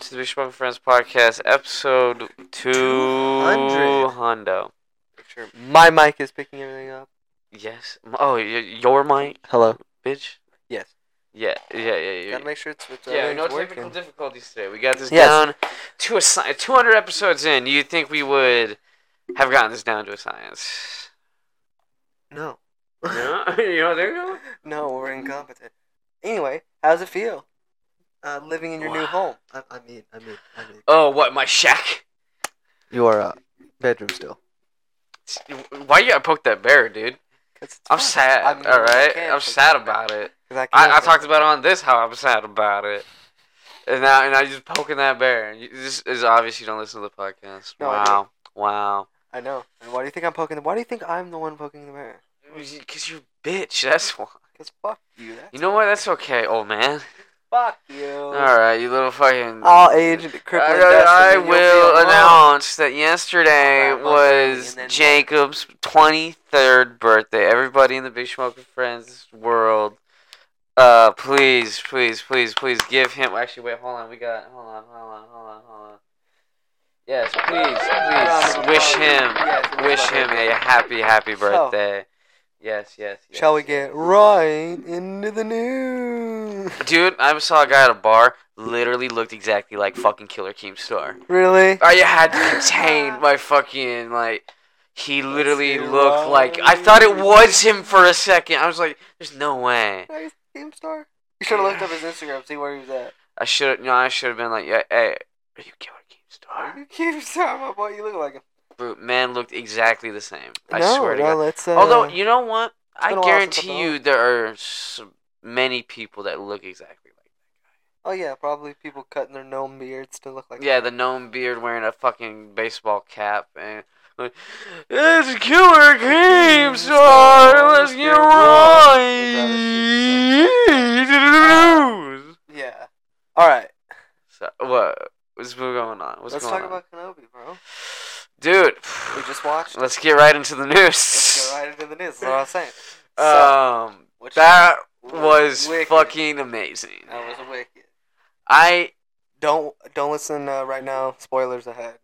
to Smoking Friends Podcast, episode 200. Hondo. Sure. My mic is picking everything up. Yes. Oh, y- your mic, Hello. bitch? Yes. Yeah, yeah, yeah. yeah. Gotta make sure it's with the Yeah, no everything's technical working. difficulties today. We got this Yes. down to a sci- 200 episodes in. You think we would have gotten this down to a science? No. No, you know there you no, we're incompetent. Anyway, how's it feel? Uh, living in your new Wow. home. I, I mean, I mean, I mean. go. Oh, what my shack? You are uh, bedroom still. Why you gotta poke that bear, dude? I'm sad. all right, I'm sad about it. I, I talked about on this how I'm sad about it, and now and now you're just poking that bear. And you, this is obvious you don't listen to the podcast. No, I wow, wow. I know. And why do you think I'm poking? The, why do you think I'm the one poking the bear? Because you're a bitch. That's why. Cause fuck you. That's You know what? That's okay, old man. fuck you. All All right, you little fucking. I'll age the crippling I- dust I, and then you'll will feel alone. announce that yesterday Alright, well, was and then- uh, Jacob's 23rd birthday. Everybody in the Big Smoke and Friends world, uh, please, please, please, please give him. Actually, wait, hold on. We got. Hold on, hold on, hold on, hold on. Yes, please, please wish Yes, it him, was wish my him birthday. a happy, happy So- birthday. Yes, yes, yes. Shall we get right into the news? Dude, I saw a guy at a bar. Literally looked exactly like fucking Killer Keemstar. Really? I had to contain my fucking like. He literally see, looked like I thought it was him for a second. I was like, "There's no way." Nice game star. You should have looked up his Instagram, see where he was at. I should no. I should have been like, "Yeah, hey, are you Killer Keemstar?" You keep talking about what you look like him. But man looked exactly the same. I no, swear to no, God. let's. Uh, Although you know what, been I a while since I've guarantee been you there are s many people that look exactly like. oh yeah, probably people cutting their gnome beards to look like. Yeah, the gnome beard wearing a fucking baseball cap and like, it's Killer Keemstar. Let's get right. Yeah. All right. So what? What's been going on? What's let's going on, talk about Kenobi, bro. dude? We just watched. Let's get right into the news. Let's get right into the news. That's what I was saying. Um, Which that was wicked. fucking amazing. That was wicked. I Don't don't listen uh, right now. Spoilers ahead.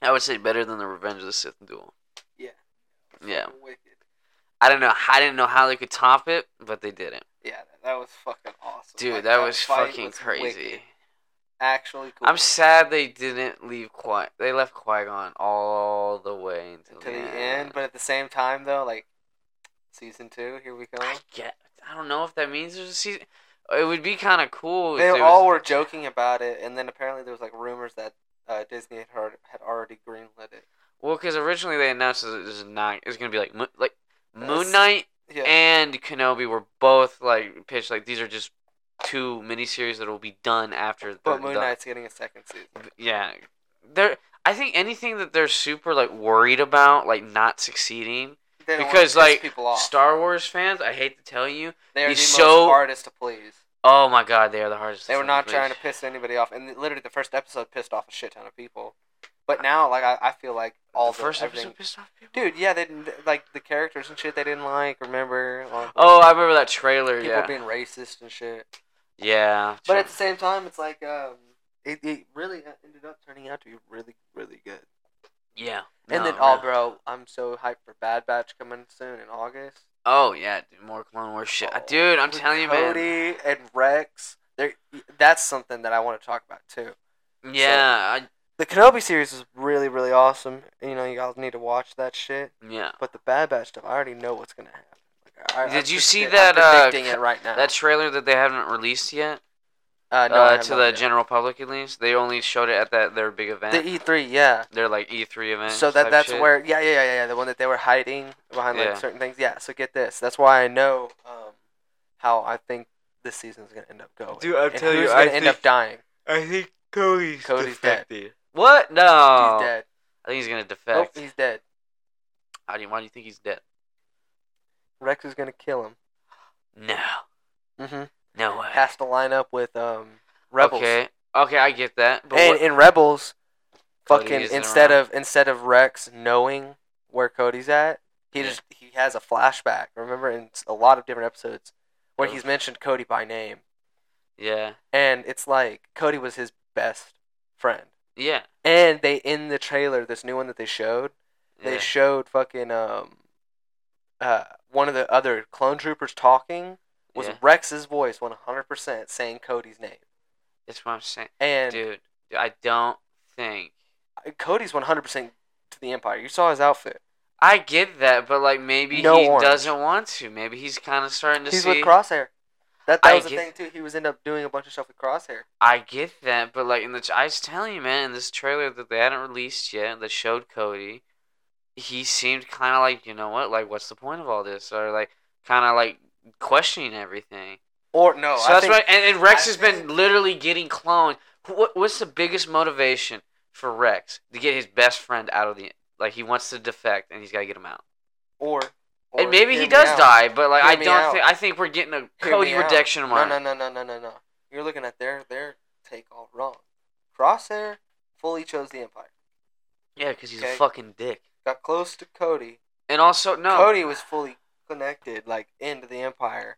I would say better than the Revenge of the Sith duel. Yeah. Yeah. Wicked. I don't know. I didn't know how they could top it, but they did it. Yeah, that- that was fucking awesome. Dude, Like, that, was fight fucking was crazy. wicked. Actually, cool. I'm sad they didn't leave Qui. They left Qui Gon all the way until to the end, but at the same time, though, like season two, here we come. I get. I don't know if that means there's a season. It would be kind of cool. They if there all was, were joking about it, and then apparently there was like rumors that uh, Disney had, heard, had already greenlit it. well, because originally they announced that it was not. It was gonna be like Mo- like Moon That's- Knight Yeah, and Kenobi were both like pitched like these are just two miniseries that will be done after. but the- Moon the- Knight's getting a second season. yeah they're I think anything that they're super like worried about, like not succeeding, They don't wanna Because, piss like, people off. Star Wars fans, I hate to tell you, they're the he's so- most hardest to please. oh my god, they are the hardest. They were fucking not please. trying to piss anybody off, and literally the first episode pissed off a shit ton of people. But now, like, I, I feel like all the first everything- episode pissed off people. Dude, yeah, they didn't like the characters and shit they didn't like. Remember, like, Oh, I remember that trailer. people yeah, being racist and shit. yeah. But true. at the same time, it's like um, it, it really ended up turning out to be really, really good. yeah. And No, then, oh, really. bro, I'm so hyped for Bad Batch coming soon in August. Oh yeah, dude, more Clone Wars shit, Oh, dude. I'm With telling you, man. Cody and Rex, they're- that's something that I want to talk about too. Yeah, The Kenobi series is really, really awesome. You know, y'all need to watch that shit. I, yeah. But the Bad Batch stuff, I already know what's gonna happen. Like, I, I- Did I'm you see predicting- I'm that, uh, Predicting it right now. That trailer that they haven't released yet uh, no, I uh, have to not the yet. general public, at least they only showed it at that their big event, The E three, yeah. their like E3 event. So that type that's shit. where yeah, yeah, yeah, yeah, the one that they were hiding behind like Yeah. certain things. Yeah, so get this. That's why I know um, how I think this season's gonna end up going. Dude, I'm and telling you, who's I gonna end up think- dying. I think Cody's Cody's dead. What? No, He's dead. I think he's gonna Nope, defect. he's dead. How do you? Why do you think he's dead? Rex is gonna kill him. No, Mm-hmm. no way. Has to line up with um rebels. Okay, okay, I get that. But And what- in rebels, Cody fucking isn't instead around. of instead of Rex knowing where Cody's at, he Yeah. just he has a flashback. Remember in s- a lot of different episodes where Oh. he's mentioned Cody by name. yeah, and it's like Cody was his best friend. Yeah. And they in the trailer, this new one that they showed, they yeah. showed fucking um uh one of the other clone troopers talking was yeah. Rex's voice 100% saying Cody's name. That's what I'm saying, And dude. I don't think Cody's 100% to the Empire. You saw his outfit. I get that, but like maybe No he orange. doesn't want to. Maybe he's kind of starting to He's see. with Crosshair. That, that I was the thing get- too. He was end up doing a bunch of stuff with Crosshair. I get that, but like in the t- I was telling you, man, in this trailer that they hadn't released yet that showed Cody, he seemed kind of like you know what, like what's the point of all this, or like kind of like questioning everything. Or no, so Oh, I that's think right. And, and Rex I has think- been literally getting cloned. Wh- What, what's the biggest motivation for Rex to get his best friend out of the like he wants to defect and he's got to get him out. Or, or and maybe hear he me does out. die, but like Hear I me don't out. think I think we're getting a Hear Cody me out. redemption No, mark. no, no, no, no, no, no. You're looking at their their take all wrong. Crosshair fully chose the Empire. Yeah, because he's Okay. a fucking dick. Got close to Cody. And also no, Cody was fully connected, like into the Empire.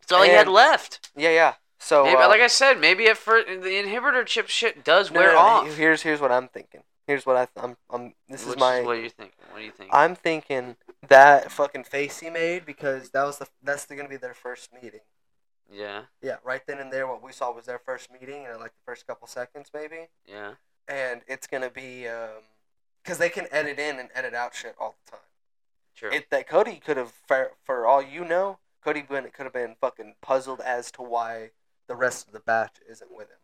that's all he had and- left. Yeah, yeah. So Maybe, uh, like I said, maybe at first the inhibitor chip shit does no, wear no, no, off. Here's here's what I'm thinking. Here's what I th- I'm I'm. This Which is my. what you're thinking. What do you think? I'm thinking that fucking face he made because that was the that's gonna be their first meeting. yeah, Yeah, right then and there, what we saw was their first meeting, and like the first couple seconds maybe, yeah, and it's gonna be um, because they can edit in and edit out shit all the time. true. It that Cody could have for, for all you know, Cody Bennett could have been fucking puzzled as to why the rest of the batch isn't with him,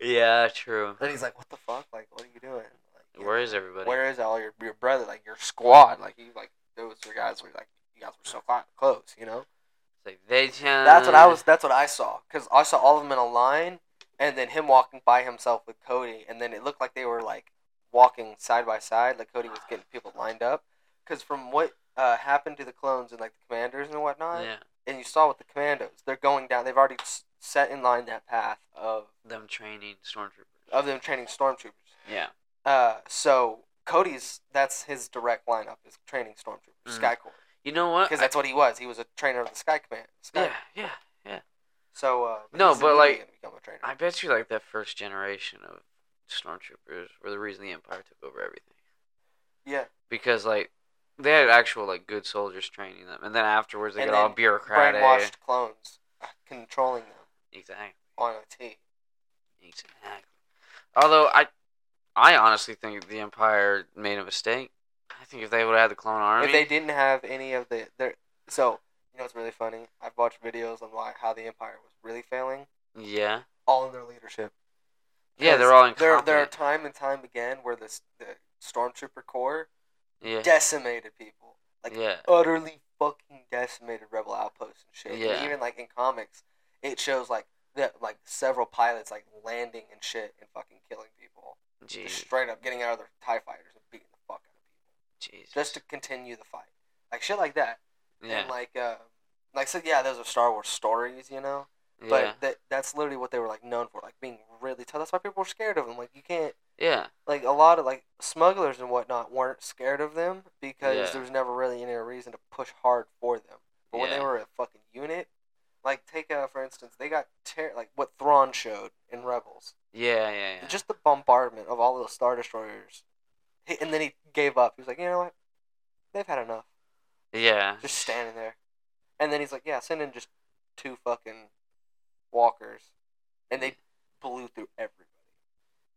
yeah, true. and he's like, "What the fuck? Like, what are you doing? Like, you Where is everybody? where is all your your brother like your squad like you like those three guys were like you guys were so cl- close you know It's like they can. that's what i was that's what i saw because i saw all of them in a line and then him walking by himself with cody and then it looked like they were like walking side by side like cody was getting people lined up because from what uh, happened to the clones and like the commanders and whatnot Yeah, and you saw with the commandos they're going down they've already s- set in line that path of them training stormtroopers. of them training stormtroopers Yeah, uh, so Cody's that's his direct lineup is training stormtroopers, Mhm. Sky Corps, you know what? because that's what he was. He was a trainer of the Sky Command. Sky. Uh, yeah, yeah. So uh, No, he's but, immediately like, gonna become a trainer. I bet you like that first generation of stormtroopers were the reason the Empire took over everything yeah, because like they had actual like good soldiers training them, and then afterwards they And get all then bureaucratic. brainwashed clones uh, controlling them Exactly. on a T. Exactly. Although I, I honestly think the Empire made a mistake. I think if they would have had the clone army, If they didn't have any of the their, so you know it's really funny. I've watched videos on why how the Empire was really failing. yeah, All in their leadership. yeah, they're 'Cause all There, incompetent. there are time and time again where this the stormtrooper corps yeah, decimated people. Like yeah, utterly fucking decimated rebel outposts and shit. And Yeah. even like in comics, it shows like that like several pilots like landing and shit and fucking killing people, jeez, just straight up getting out of their Tie fighters and beating the fuck out of people jeez, just to continue the fight, like shit like that. yeah, And like uh, like so yeah, those are Star Wars stories, you know. But yeah, that that's literally what they were like known for, like being really tough. That's why people were scared of them. Like you can't yeah, like a lot of like smugglers and whatnot weren't scared of them because Yeah. there was never really any reason to push hard for them. But when they Yeah. were a fucking unit, like take uh, for instance, they got ter- like what Thrawn showed in Rebels, yeah, yeah, yeah. just the bombardment of all those star destroyers, He- and then he gave up. He was like, you know what, they've had enough, yeah, just standing there. And then he's like, yeah, send in just two fucking walkers, and they blew through everybody.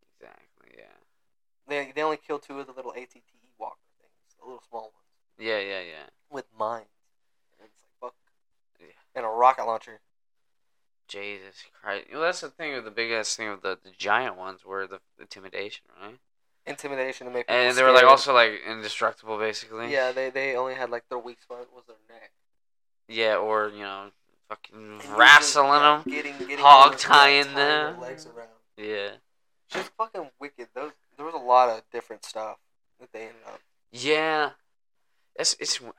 exactly, yeah, They they only killed two of the little ATTE walker things, the little small ones yeah, yeah, yeah. with mines. And it's like fuck. Yeah. And a rocket launcher. Jesus Christ! Well, that's the thing. with The biggest thing with the, the giant ones were the intimidation, right? Intimidation to make people And they were like scared. also like indestructible, basically. Yeah, they they only had like their weak spot was their neck. Yeah, or you know, fucking And wrestling usually, them. like, Getting, getting hog those, like, tying tying them. their Legs around. Yeah. Just fucking wicked. Those there was a lot of different stuff that they ended up. Yeah, it's it's man.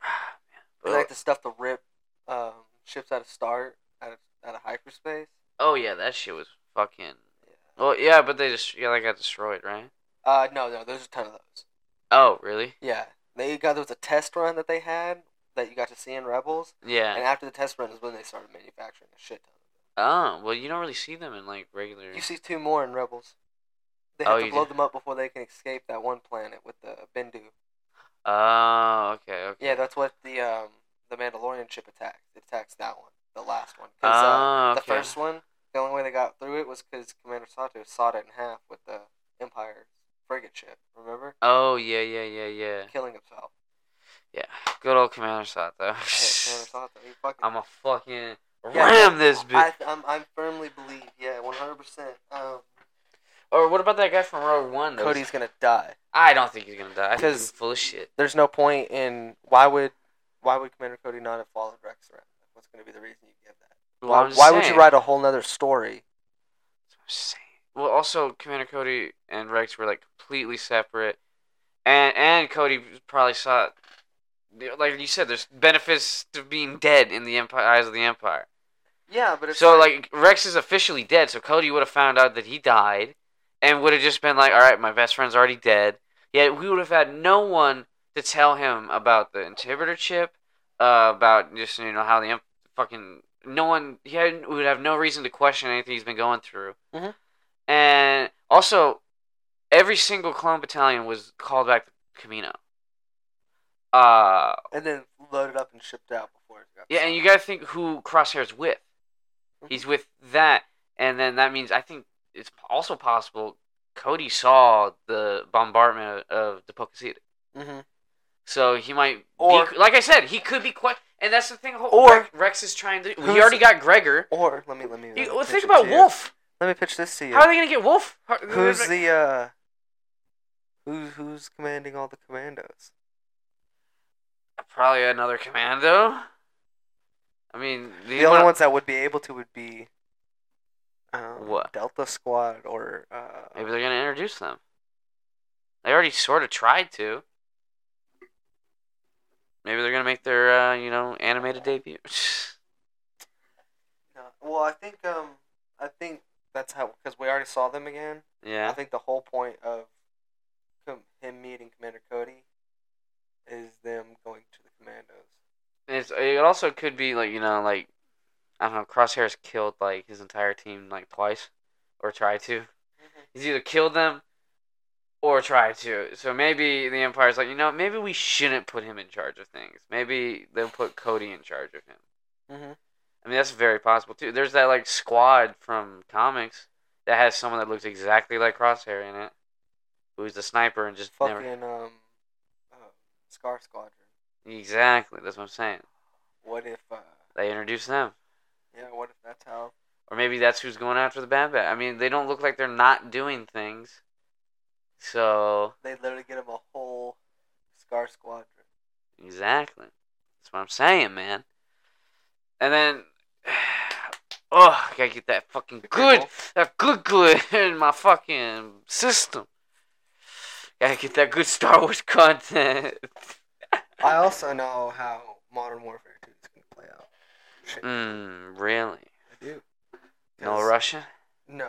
And, like the stuff to rip um, ships out of start out of out of hyperspace. oh yeah, that shit was fucking. Yeah. Well, yeah, but they just yeah, they got destroyed, right? Uh no no, there's a ton of those. Oh really? Yeah, they got there was a test run that they had that you got to see in Rebels, Yeah. and after the test run is when they started manufacturing a shit ton of them. Oh well, you don't really see them in like regular. You see two more in Rebels. They Mm. Oh, have you to blow do. them up before they can escape that one planet with the Bendu. Oh okay. okay. Yeah, that's what the um the Mandalorian ship attacks. It attacks that one, the last one. 'Cause, uh, Oh, okay. the first one, the only way they got through it was because Commander Sato sawed it in half with the Empire frigate ship. Remember, Oh yeah, yeah, yeah, yeah, killing himself. yeah. Good old Commander Sot though. Yeah, Commander Sato, he fucking. I'm a fucking Yeah, ram this bitch. I, I'm, I firmly believe, yeah, 100. percent um, Or what about that guy from Rogue One? that was- Cody's gonna die. I don't think he's gonna die. I think 'Cause- he's full of shit. There's no point in why would why would Commander Cody not have followed Rex around? What's gonna be the reason you give that? Well, I'm why just why would you saying. write a whole nother story? Same. Well, also Commander Cody and Rex were like completely separate, and and Cody probably saw, like you said, there's benefits to being dead in the empire, eyes of the Empire. Yeah, but So like Rex is officially dead, so Cody would have found out that he died, and would have just been like, all right, my best friend's already dead. Yet we would have had no one to tell him about the inhibitor chip, uh, about just you know how the em- fucking no one he had, would have no reason to question anything he's been going through. Mhm. And also, every single clone battalion was called back to Camino. Uh, and then loaded up and shipped out before it got. yeah, and you gotta think who Crosshair's with. Mm-hmm. He's with that, and then that means I think it's also possible Cody saw the bombardment of, of the Pocasita. hmm So he might, Or- be, like I said, he could be quite. And that's the thing. ho- Or- Rex, Rex is trying to. Who's- We already got Gregor. Or let me let me. let You- me well, pitch think it about to you. Wolf. Let me pitch this to you. How are they gonna get Wolf? How- Who's the uh? Who's who's commanding all the commandos? probably another commando? I mean, The, you only wanna- ones that would be able to would be. Um, What? Delta Squad or uh, Maybe they're gonna introduce them. They already sort of tried to. Maybe they're gonna make their uh, you know animated debut. No. Well, I think um, I think that's how because we already saw them again. I yeah. think the whole point of com- him meeting Commander Cody is them going to the commandos. And it's, it also could be like you know like I don't know. Crosshair's killed like his entire team like twice, or tried to. He's either killed them, or tried to. So maybe the Empire's like you know maybe we shouldn't put him in charge of things. Maybe they'll put Cody in charge of him. Mm-hmm. I mean, that's very possible too. There's that like squad from comics that has someone that looks exactly like Crosshair in it, who's the sniper and just Fucking never um, uh, Scar Squadron. exactly. That's what I'm saying. What if uh, They introduce them, yeah? What if that's how? or maybe that's who's going after the bad bat. I mean, they don't look like they're not doing things. So They literally get him a whole Scar Squadron. exactly, that's what I'm saying, man. And then, oh, I gotta get that fucking good that good good in my fucking system. Gotta get that good Star Wars content. I also know how Modern Warfare 2 is going to play out. Shit, Mmm, really? I do. No 'Cause- Russia? No.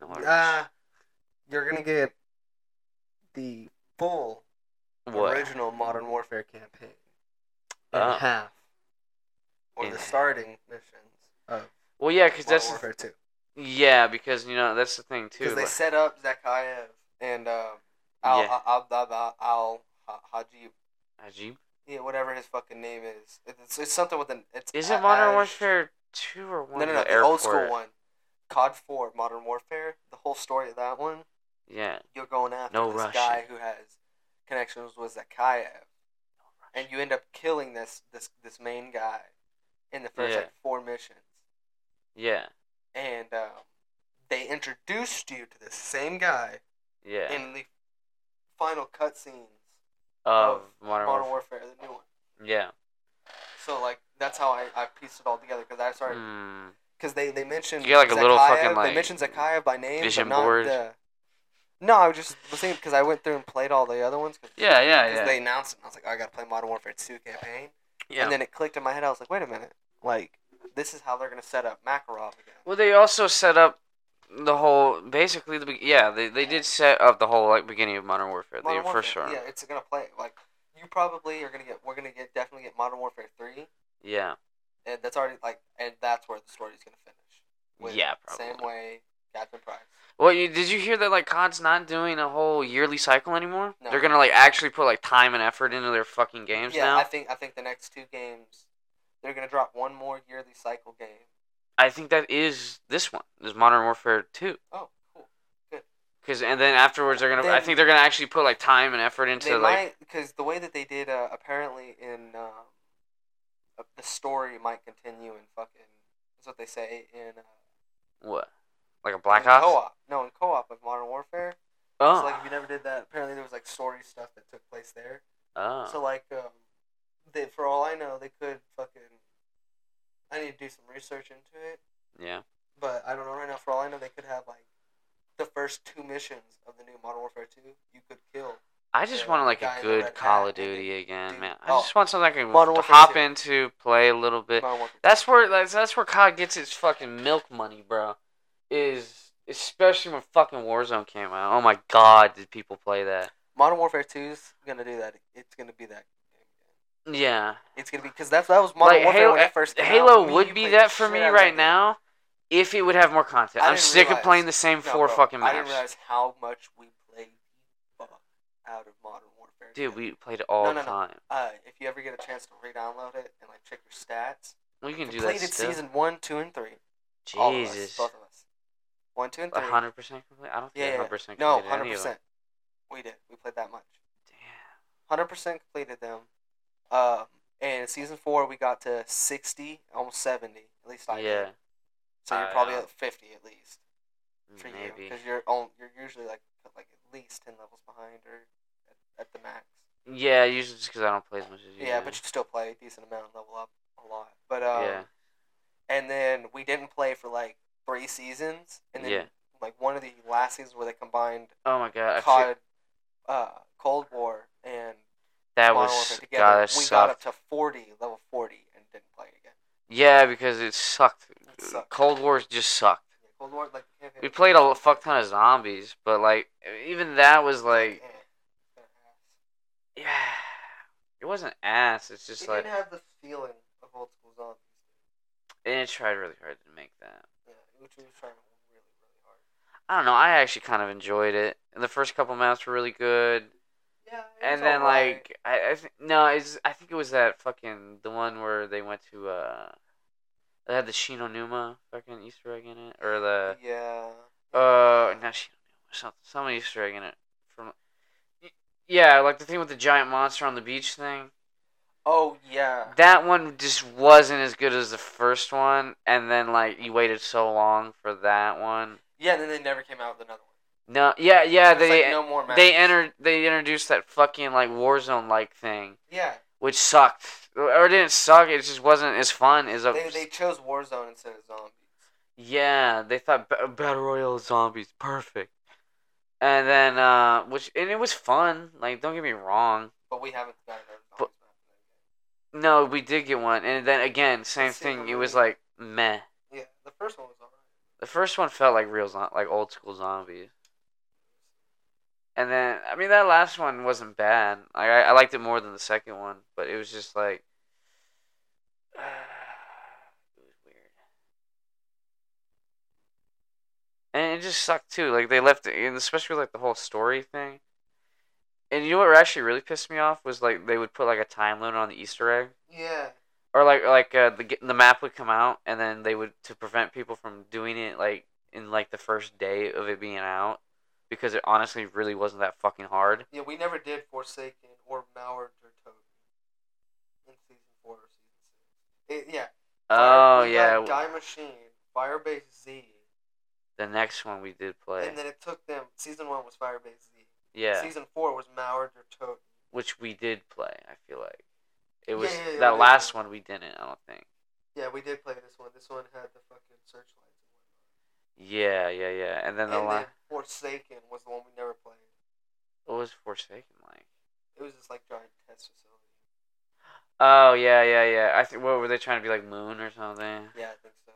No Russia. Uh, you're going to get the full What? original Modern Warfare campaign in Oh. half. Or In the half. starting missions of Well, yeah, because Modern that's the Warfare 2. yeah, because you know that's the thing too. Because they like- set up Zakayev and um, Al, Yeah. Al, Al, Al, Al, Ha- Hajib. Ajib? Yeah, whatever his fucking name is. It's, it's something with an. It's Is it Modern Aj- Warfare two or one? No, no, no. The The old school airport. one. COD 4, Modern Warfare. The whole story of that one. Yeah. You're going after No this Russian. guy who has connections with Zakayev. And you end up killing this this, this main guy in the first Yeah. like, four missions. Yeah. And um, they introduced you to this same guy Yeah. in the final cutscenes of Modern, of of Warfare. Modern Warfare, the new one. Yeah. So, like, that's how I, I pieced it all together because I started Mm. because they they mentioned You got, like, a little fucking, they like, mentioned Zakaya by name, vision but not board. the. No, I was just was thinking because I went through and played all the other ones because Yeah. Yeah. Yeah. they announced it. And I was like, oh, I gotta play Modern Warfare Two campaign, yeah. and then it clicked in my head. I was like, wait a minute, like this is how they're gonna set up Makarov again. Well, they also set up the whole basically the be- yeah they, they did set up the whole like beginning of Modern Warfare Modern the Warfare, first round yeah, it's gonna play like you probably are gonna get. We're gonna get definitely get Modern Warfare Three, yeah and that's already like, and that's where the story's gonna finish. with Yeah, probably. same way Captain Price. Well, you, did you hear that like COD's not doing a whole yearly cycle anymore? No. They're gonna like actually put like time and effort into their fucking games yeah, now. I think I think the next two games they're gonna drop one more yearly cycle game. I think that is this one. Is Modern Warfare Two? Oh, cool. Because and then afterwards they're gonna. I Then- think they're gonna actually put like time and effort into they like. might because the way that they did uh, apparently in um, uh, the story might continue in fucking that's what they say in, uh, What? Like a Black in Ops? co-op. No, in co-op of Modern Warfare. Oh. So like if you never did that, apparently there was like story stuff that took place there. oh. So like, um, they for all I know, they could fucking. I need to do some research into it, yeah. but I don't know right now. For all I know, they could have like the first two missions of the new Modern Warfare Two. You could kill. I just Yeah, want like guy a in the red good Call hat, of I think. Duty again, Dude, man. I oh, just want something I can Modern Warfare hop 2. into, play a little bit. Modern Warfare. That's where that's, that's where COD gets its fucking milk money, bro. Is especially when fucking Warzone came out. Oh my god, did people play that? Modern Warfare Two's gonna do that. It's gonna be that. Yeah, It's gonna be because that's that was Modern Like, Warfare Halo- when it first came out. Halo Me and you would be played that for shit me out of right that now, if it would have more content. I I'm didn't sick realize- of playing the same game. No, four bro, fucking I didn't maps. realize how much we played the fuck out of Modern Warfare. Dude, together. we played it all No, the no, no. time. Uh, if you ever get a chance to re-download it and like check your stats, We can do that. completed Still. season one, two, and three. All of us, Jesus, both of us. One, two, and three. hundred percent complete. I don't Yeah, think yeah. hundred percent. No, hundred percent. We did. We played that much. Damn. Hundred percent completed them. Um, and in season four we got to sixty, almost seventy. At least I did. yeah, So you're I probably know. at fifty at least for youbecause you, maybe. because you're on, you're usually like like at least ten levels behind or at, at the max. Yeah, usually just because I don't play as much as you. Yeah, do. but you still play a decent amount, and level up a lot. But um, yeah, and then we didn't play for like three seasons, and then Yeah. like one of the last seasons where they combined oh my god, I feel- COD, uh, Cold War, and that Modern was Warfare together, god, that we got sucked. up to forty, level forty, and didn't play again. Yeah, because it sucked. It sucked. Cold Wars just sucked. Yeah, Cold War, like the campaign We was- played a fuck ton of zombies, but like even that was like, Eh. yeah, it wasn't ass. It's It just didn't like, have the feeling of old school zombies. and it tried really hard to make that. Yeah, which we was trying really, really hard. I don't know. I actually kind of enjoyed it. And the first couple maps were really good. Yeah. it was and then alright. like I, I think no, it's I think it was that fucking the one where they went to uh, they had the Shinonuma fucking Easter egg in it or the yeah. uh not Shinonuma something some Easter egg in it from yeah like the thing with the giant monster on the beach thing Oh yeah. that one just wasn't as good as the first one and then like you waited so long for that one Yeah, then they never came out with another one. no yeah yeah It's like, they no more they matches. entered they introduced that fucking like Warzone like thing Yeah, which sucked. Or it didn't suck. It just wasn't as fun as a. they, they chose Warzone instead of zombies. yeah, they thought ba- battle royale zombies perfect, and then uh, which and it was fun. Like, don't get me wrong. But we haven't gotten another But- zombies map. No, we did get one, and then again, same Let's see thing. the It was movie. like meh. Yeah, the first one was alright. The first one felt like real, zo- like old school zombies. And then, I mean, that last one wasn't bad. Like, I, I liked it more than the second one, but it was just like. it was weird. And it just sucked, too. Like, they left it, and especially with, like, the whole story thing. And you know what actually really pissed me off was, like, they would put, like, a time limit on the Easter egg Yeah. or like like uh, the the map would come out and then they would to prevent people from doing it like in like the first day of it being out because it honestly really wasn't that fucking hard. Yeah, we never did Forsaken or Mallard or Toad in season four or season six. It, yeah. Oh Fire- we yeah, got Die Machine, Firebase Z, the next one we did play. and then it took them. Season one was Firebase Z. yeah, Season four was Mallard or Toad. which we did play. I feel like it Yeah, was yeah, yeah, that we did last play. one we didn't. I don't think. Yeah, we did play this one. This one had the fucking searchlights. Yeah, yeah, yeah. And then And, the whatnot. and last then Forsaken was the one we never played. what was Forsaken like? It was just like giant test facility. Oh yeah, yeah, yeah. I think what were they trying to be like Moon or something? Yeah, I think so.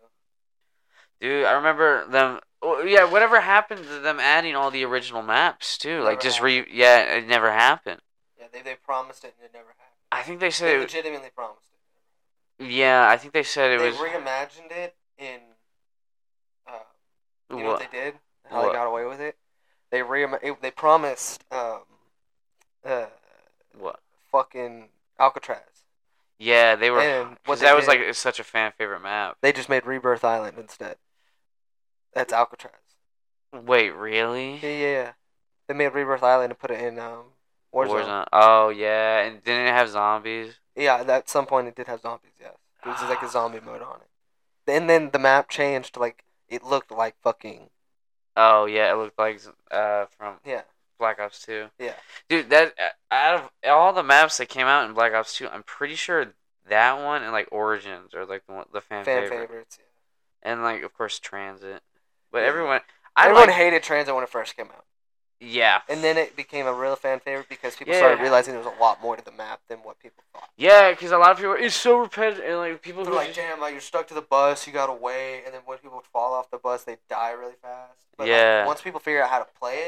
Dude, I remember them. oh, Yeah, whatever happened to them adding all the original maps too? Like Never just re. Yeah, it never happened. Yeah, they, they promised it and it never happened. I think they They said. It, legitimately promised it. yeah, I think they said it they was. reimagined it in Uh, you What? know what they did? and How What? they got away with it? They re- it- they promised um, uh, what? fucking Alcatraz. Yeah, they were. And what Because they that was did- like such a fan favorite map. They just made Rebirth Island instead. That's Alcatraz. Wait, really? Yeah, yeah, yeah. They made Rebirth Island and put it in um, Warzone. Warzone. Oh yeah, and didn't it have zombies? Yeah, and at some point it did have zombies. Yes, it was just like a zombie mode on it. And then the map changed to like it looked like fucking Oh yeah, it looked like uh from yeah. Black Ops Two. Yeah. dude, that uh, out of all the maps that came out in Black Ops Two, I'm pretty sure that one and like Origins are like the one, the fan, fan favorite. favorites. and like of course Transit. But Yeah. everyone, I Everyone like, hated Transit when it first came out, yeah, and then it became a real fan favorite because people Yeah. started realizing there was a lot more to the map than what people thought. yeah, because a lot of people it's so repetitive and like people They're who like, just- damn, like you're stuck to the bus, you gotta wait, and then when people fall off the bus, they die really fast. But like, Yeah. once people figure out how to play it,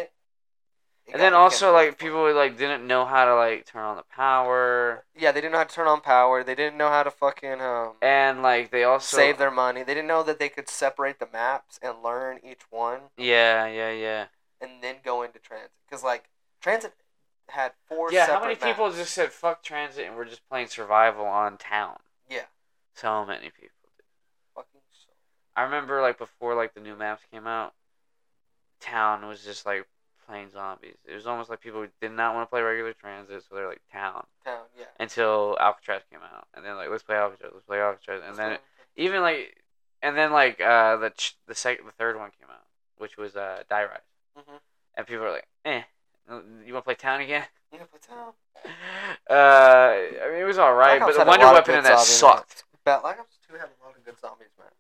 it and got- then became also really like fun. people like didn't know how to like turn on the power Yeah, they didn't know how to turn on power. They didn't know how to fucking um. and like they also save their money. They didn't know that they could separate the maps and learn each one yeah yeah yeah and then go into transit. Because, like, transit had four yeah separate how many maps. people just said fuck transit and we're just playing survival on town Yeah. so many people did. Fucking so. I remember like before like the new maps came out town was just like playing zombies it was almost like people did not want to play regular transit so they're like town Town, yeah. until Alcatraz came out, and then like let's play Alcatraz, let's play Alcatraz, and then even like, and then like uh the ch- the second the third one came out, which was uh Die Rise, Mhm. and people were like, eh, you want to play Town again? Yeah, but town. uh, I mean it was all right, Black Ops but the had a Wonder lot of Weapon good in that zombie sucked. maps. But Black Ops 2 had a lot of good zombies maps.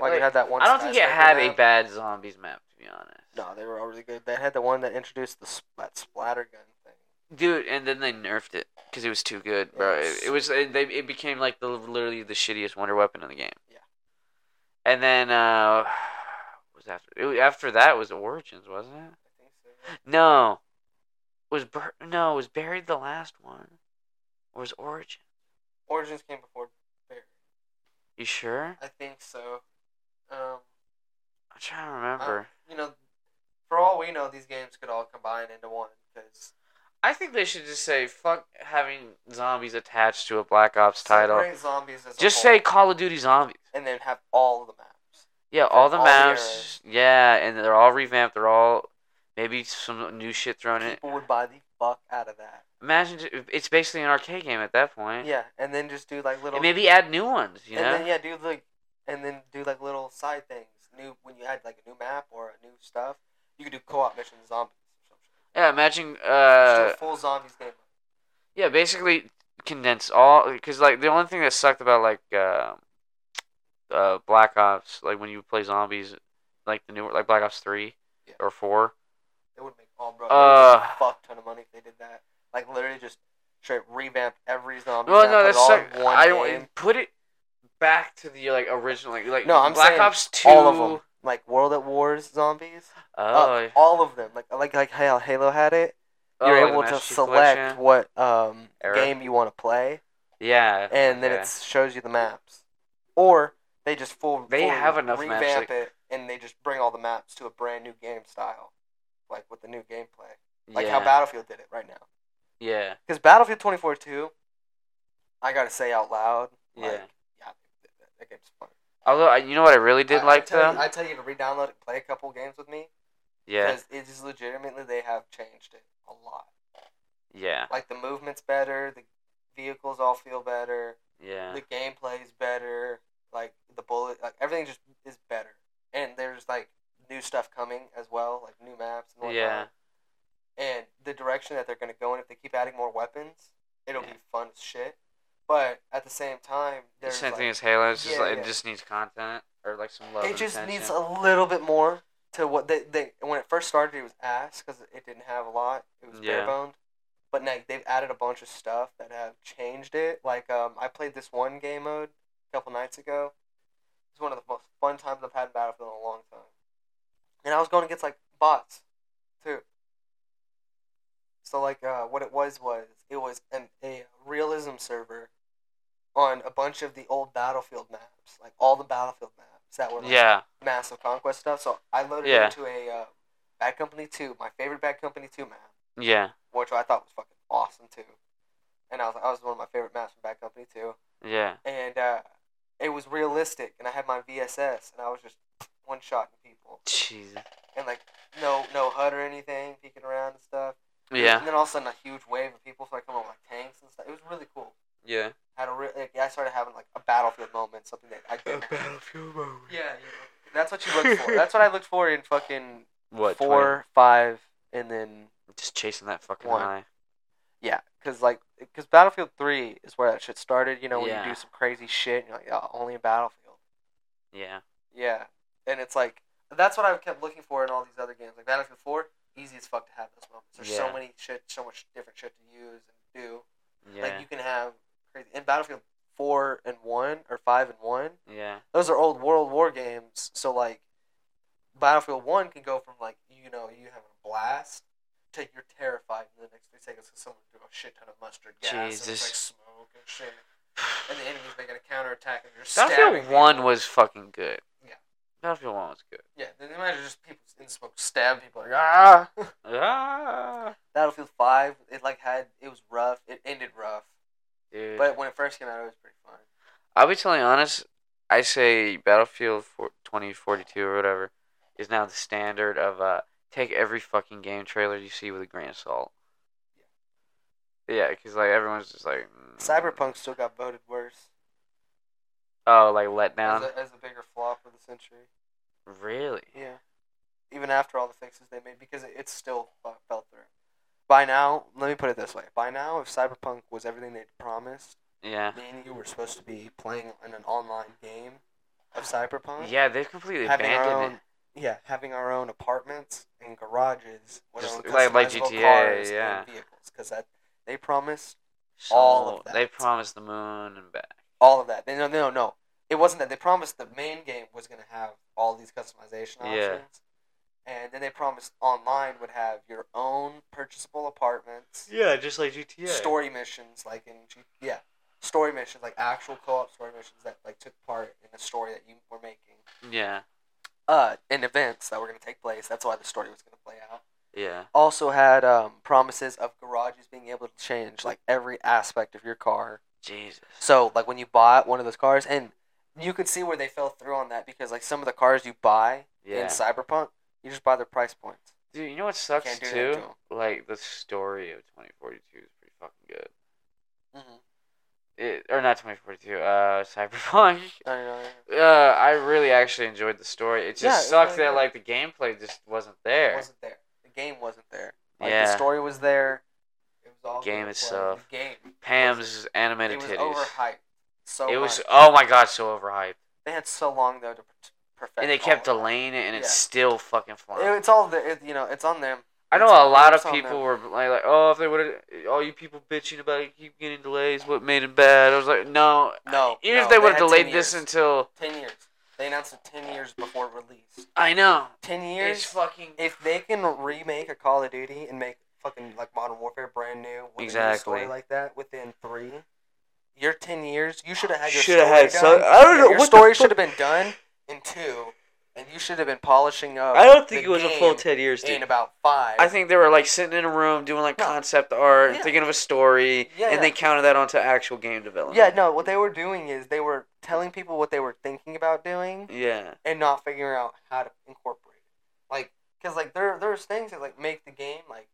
Like, Like, it had that one I don't think it skyscraper had a map. bad zombies map to be honest. No, they were all really good. They had the one that introduced the sp- that splatter gun thing. Dude, and then they nerfed it because it was too good, bro. It, it was it, they it became like the literally the shittiest wonder weapon in the game. Yeah. And then uh, was after it, was- after that was Origins, wasn't it? I think so. No, was Bur- no was buried the last one, or was Origin? Origins came before Bear. You sure? I think so. Um, I'm trying to remember. you know, for all we know, these games could all combine into one. Because I think they should just say fuck having zombies attached to a Black Ops title. zombies as a Just whole, say Call of Duty Zombies. and then have all the maps. Yeah, For all the all the maps. yeah, and they're all revamped. They're all maybe some new shit thrown in. People would buy the fuck out of that. Imagine j- it's basically an arcade game at that point. Yeah, and then just do like little. And maybe add new ones. You and know. then yeah, do like, and then do like little side things. New when you add like a new map or a new stuff, you could do co-op missions, zombies. or something. yeah. Imagine. Just Uh. do a full zombies game. Yeah. Basically condense all because like the only thing that sucked about like um uh Black Ops like when you play zombies like the new like Black Ops three Yeah. or four. They would make all bro. Uh. they would make a fuck ton of money if they did that. Like literally just straight revamp every zombie. Well, map, no, put it that's all in suck. one I game. don't put it back to the like original like, like No, I'm Black saying Ops two. all of them, like World at War's zombies. Oh. Uh, all of them, like like like how Halo had it. You're Oh, the able Master to Chief select Collection? what um, Era. game you want to play, Yeah. and then okay. it shows you the maps. Or they just full They full have enough maps, revamp like- it, and they just bring all the maps to a brand new game style, like with the new gameplay, like yeah. how Battlefield did it right now. Yeah. Because Battlefield 24 2, I gotta say out loud, Yeah. like, yeah, that, that, that game's fun. Although I- you know what I really did I- I like tell you- though. I tell you to re-download it, play a couple games with me. yeah. Because it is legitimately they have changed it a lot. Yeah. Like the movement's better, the vehicles all feel better, Yeah. the gameplay's better, like the bullet, like everything just is better. And there's like new stuff coming as well, like new maps and whatnot. Yeah. And the direction that they're gonna go in, if they keep adding more weapons, it'll Yeah. be fun as shit. But at the same time, The there's same like, thing as Halo. It's just Yeah, like yeah. it just needs content or like some love. it and just needs attention. a little bit more to what they, they when it first started it was ass because it didn't have a lot it was Yeah. bare boned but now they've added a bunch of stuff that have changed it like um, i played this one game mode a couple nights ago it's one of the most fun times i've had in battlefield in a long time and i was going against like bots too so like uh, what it was was it was an, a realism server on a bunch of the old battlefield maps like all the battlefield maps that were like Yeah. massive conquest stuff. So I loaded Yeah. into a uh, Bad Company Two, my favorite Bad Company Two map, Yeah. which I thought was fucking awesome too. And I was I was one of my favorite maps from Bad Company Two, Yeah. and uh, it was realistic. And I had my VSS, and I was just one shotting people, Jesus. and like no no HUD or anything, peeking around and stuff. Yeah. And then all of a sudden, a huge wave of people started coming up with, like tanks and stuff. It was really cool. Yeah. Had a re- like, I started having like a battlefield moment, something that I didn't. battlefield moment. Yeah, you know, that's what you look for. That's what I looked for in fucking What? four, 20? five, and then Just chasing that fucking One. high. yeah, because like because Battlefield Three is where that shit started. You know, when you Yeah. do some crazy shit, and you're like, oh, only in Battlefield. Yeah. Yeah, and it's like that's what I kept looking for in all these other games. Like Battlefield Four, easy as fuck to have those moments. There's so Yeah. many shit, so much different shit to use and do. Yeah. Like you can have crazy in Battlefield Four and One or Five and One. yeah. those are old World War games, so like Battlefield One can go from like you know you having a blast to you're terrified in the next three seconds because someone threw a shit ton of mustard gas and it's Jesus. like smoke and shit, and the enemy's making a counterattack and you're stabbing. Battlefield One people. was fucking good. Yeah. Battlefield One was good. yeah. Then imagine just people in smoke stab people like ah. Ah, Battlefield Five, it like had it was rough. It ended rough, dude. but when it first came out, it was pretty fun. I'll be telling you honest. I say Battlefield 4- 2042 or whatever is now the standard of uh take every fucking game trailer you see with a grain of salt. Yeah, because like everyone's just like mm. Cyberpunk still got voted worse Oh, like let down. as, a, as a bigger flop of the century. Really? Yeah. Even after all the fixes they made, because it, it still fu- fell through. By now, let me put it this way: by now, if Cyberpunk was everything they promised, Yeah. me and you were supposed to be playing in an online game of Cyberpunk. Yeah, they've completely having our abandoned own, yeah, having our own apartments and garages, with our Just own like- like customizable GTA, cars yeah. and vehicles, because that they promised it. all of So, They that. promised the moon and back. all of that. They no, no, no. It wasn't that they promised the main game was gonna have all these customization options, Yeah. and then they promised online would have your own purchasable apartments, Yeah, just like GTA. story missions like in G- yeah, story missions like actual co-op story missions that like took part in the story that you were making, Yeah. uh, and events that were gonna take place. That's why the story was gonna play out. Yeah. Also had um, promises of garages being able to change like every aspect of your car. Jesus. So like when you bought one of those cars, and you can see where they fell through on that because like some of the cars you buy Yeah. in Cyberpunk, you just buy their price points. Dude, you know what You sucks can't do too? that to them. Like the story of 2042 is pretty fucking good. Mm-hmm. It, or not 2042. Uh, Cyberpunk. I don't know. Uh, I really actually enjoyed the story. It just Yeah, it's sucks really that good. like the gameplay just wasn't It there. wasn't there. The game wasn't there. Like yeah. the story was there. It was all Game good, but itself. The game. Pam's It animated was titties. overhyped. So it was much. oh my god, so overhyped. They had so long though to per- perfect. And they kept all of delaying it, and Yeah. it's still fucking that. flying. It- It's all the it, you know. It's on them. I know It's- a lot of it's on people them. were like, like, "Oh, if they would have, all you people bitching about it, keep getting delays. What made it bad?" I was like, "No, No, even no, if they would have had 10 delayed this years. until ten years, they announced it ten years before release. I know Ten years. it's fucking if they can remake a Call of Duty and make fucking like Modern Warfare brand new with a new Exactly. story like that within three, your ten years, you should have had your Shoulda story had done. some- I don't Yeah, know, Your what the story fuck- should have been done in two, and you should have been polishing up. I don't think the it was a full game ten years, in dude. about five. I think they were like sitting in a room doing like No. concept art, and Yeah. thinking of a story, Yeah, and they yeah. counted that onto actual game development. yeah, no. What they were doing is they were telling people what they were thinking about doing, yeah, and not figuring out how to incorporate it. Like, cause like there there's things that like make the game like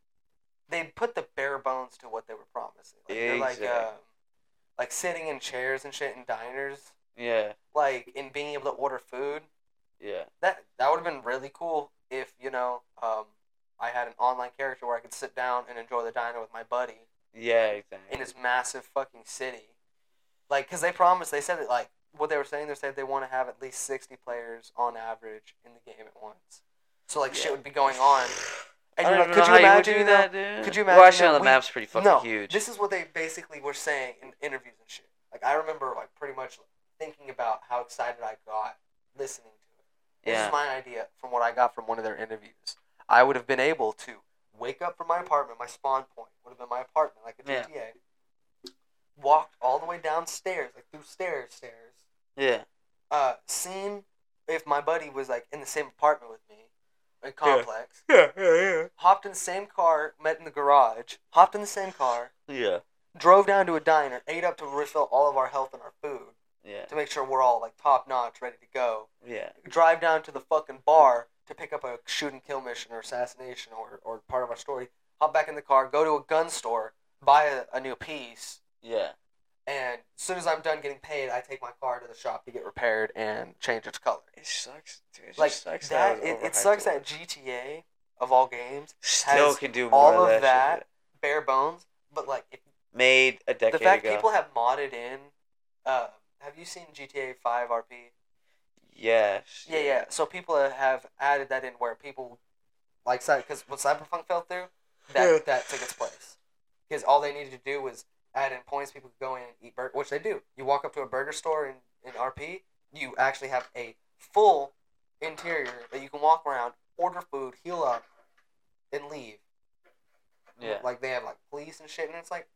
they put the bare bones to what they were promising. Like, they're like uh, Exact. like sitting in chairs and shit in diners, yeah, like and being able to order food. yeah, That that would have been really cool if you know um, I had an online character where I could sit down and enjoy the diner with my buddy yeah, in exactly. this massive fucking city. Like, because they promised, they said that, like, what they were saying, they said they want to have at least 60 players on average in the game at once. So, like, Yeah. shit would be going on. And I you're don't even like, could know you how imagine would do though- that, dude? could you Well, imagine actually, that the we- map's pretty fucking no, huge. This is what they basically were saying in interviews and shit. Like, I remember, like, pretty much thinking about how excited I got listening to it. This yeah, is my idea from what I got from one of their interviews. I would have been able to wake up from my apartment, my spawn point would have been my apartment, like a Yeah. GTA. Walked all the way downstairs, like through stairs, stairs. yeah, Uh, seen if my buddy was like in the same apartment with me, in complex, Yeah, yeah, hopped in the same car, met in the garage, hopped in the same car, yeah. Yeah, drove down to a diner, ate up to refill all of our health and our food yeah, to make sure we're all like top notch, ready to go. yeah. Drive down to the fucking bar to pick up a shoot and kill mission or assassination or, or part of our story. Hop back in the car, go to a gun store, buy a, a new piece, yeah. and as soon as I'm done getting paid, I take my car to the shop to get repaired and change its color. It sucks, dude. It Like just sucks that, was it, it overhyped sucks so that much. GTA of all games, still has can do more all of, of that. shit. bare bones. But like if, Made a decade the fact ago. people have modded in, uh, have you seen GTA Five RP? yes. Yeah, yeah. So people have added that in where people like because when Cyberpunk fell through, that Yeah. that took its place because all they needed to do was add in points. People could go in and eat burger, which they do. You walk up to a burger store in in RP, you actually have a full interior that you can walk around, order food, heal up, and leave. Yeah. Like they have like police and shit, and it's like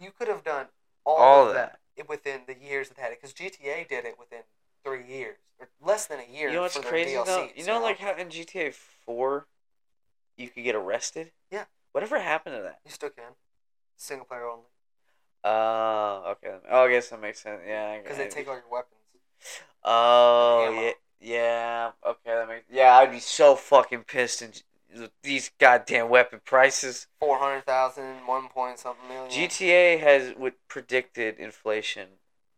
you could have done all, All of that. that. within the years that had it because GTA did it within three years or less than a year. You know what's for their crazy DLCs, though? You know, like how in GTA Four, you could get arrested. Yeah. Whatever happened to that? you still can single player only Oh, okay. Oh, I guess that makes sense. Yeah. I- because I- they take all your weapons. Oh ammo. yeah, yeah. Okay, that makes. Yeah, I'd be so fucking pissed in with these goddamn weapon prices. 400,000, one point something million. GTA has would predicted inflation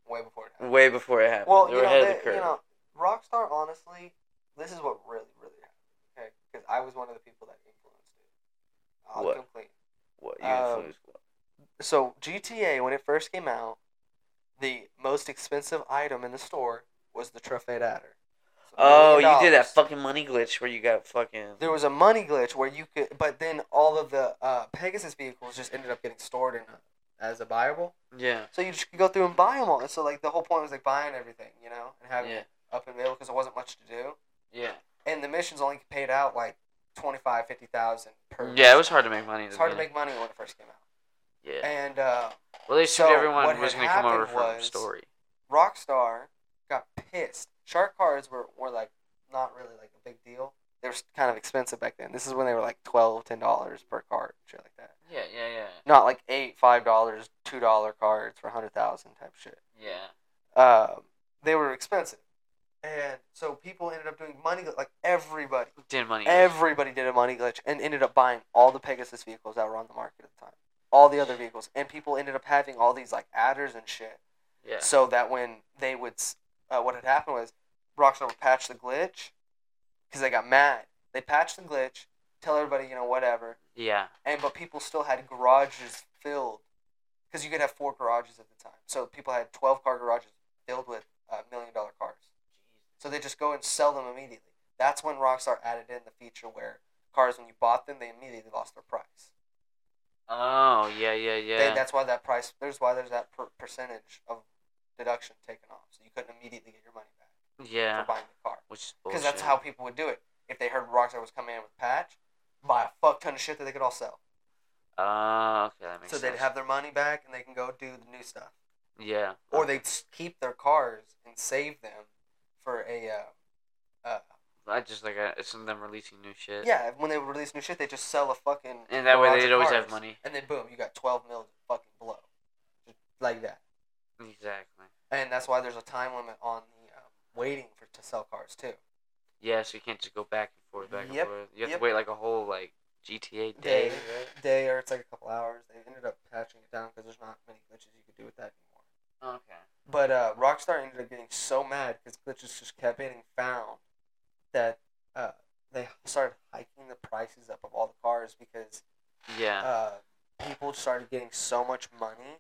way before it happened. way before it happened. Well, they you were know, ahead they- of the curve. you know, Rockstar. Honestly, this is what really, really happened. Okay, because I was one of the people that influenced it. I'll What? complain. what you um, influenced what? So GTA, when it first came out, the most expensive item in the store was the Trofade Adder. So Oh, million you did that dollars. fucking money glitch where you got fucking. There was a money glitch where you could, but then all of the uh, Pegasus vehicles just ended up getting stored in a, as a buyable. Yeah. So you just could go through and buy them all. So like the whole point was like buying everything, you know, and having Yeah. it up and available because there wasn't much to do. Yeah. and the missions only paid out like 25 50000 per Yeah, it was hard to make money. in it's the hard to beginning. make money when it first came out Yeah. and uh, Well, they assumed so everyone what was had gonna come over happened for a was- story. rockstar got pissed shark cards were, were like not really like a big deal they were s- kind of expensive back then this is when they were like 12 10 dollars per card shit like that Yeah, yeah, yeah, not like 8 5 dollars 2 dollar cards for 100000 type shit yeah. um, they were expensive and so people ended up doing money like everybody Did money. Everybody did a money glitch and ended up buying all the Pegasus vehicles that were on the market at the time. All the other vehicles. And people ended up having all these like adders and shit. yeah. So that when they would, s- uh, what had happened was Rockstar would patch the glitch because they got mad. They patched the glitch, tell everybody, you know, whatever. Yeah. And but people still had garages filled because you could have four garages at the time. So people had 12 car garages filled with uh, million dollar cars. So they just go and sell them immediately. That's when Rockstar added in the feature where cars, when you bought them, they immediately lost their price. Oh, yeah, yeah, yeah. They, that's why that price. There's why there's that per- percentage of deduction taken off, so you couldn't immediately get your money back yeah. for buying the car. Which is Because bullshit. that's how people would do it. If they heard Rockstar was coming in with a patch, buy a fuck ton of shit that they could all sell. Oh, okay, that makes So sense. they'd have their money back and they can go do the new stuff. Yeah. or they s- keep their cars and save them for a uh, uh, I just like I, it's them releasing new shit. yeah when they would release new shit they just sell a fucking And that way garage they'd of always have cars. money. and then boom you got 12 mil to fucking blow just like that Exactly. and that's why there's a time limit on the um, waiting for to sell cars too Yeah, so you can't just go back and forth, back Yep, and forth. You have yep. to wait like a whole like GTA day. day day or it's like a couple hours they ended up patching it down because there's not many glitches you could do with that anymore Okay. But uh, Rockstar ended up getting so mad because glitches just kept getting found that uh, they started hiking the prices up of all the cars because Yeah. uh, people started getting so much money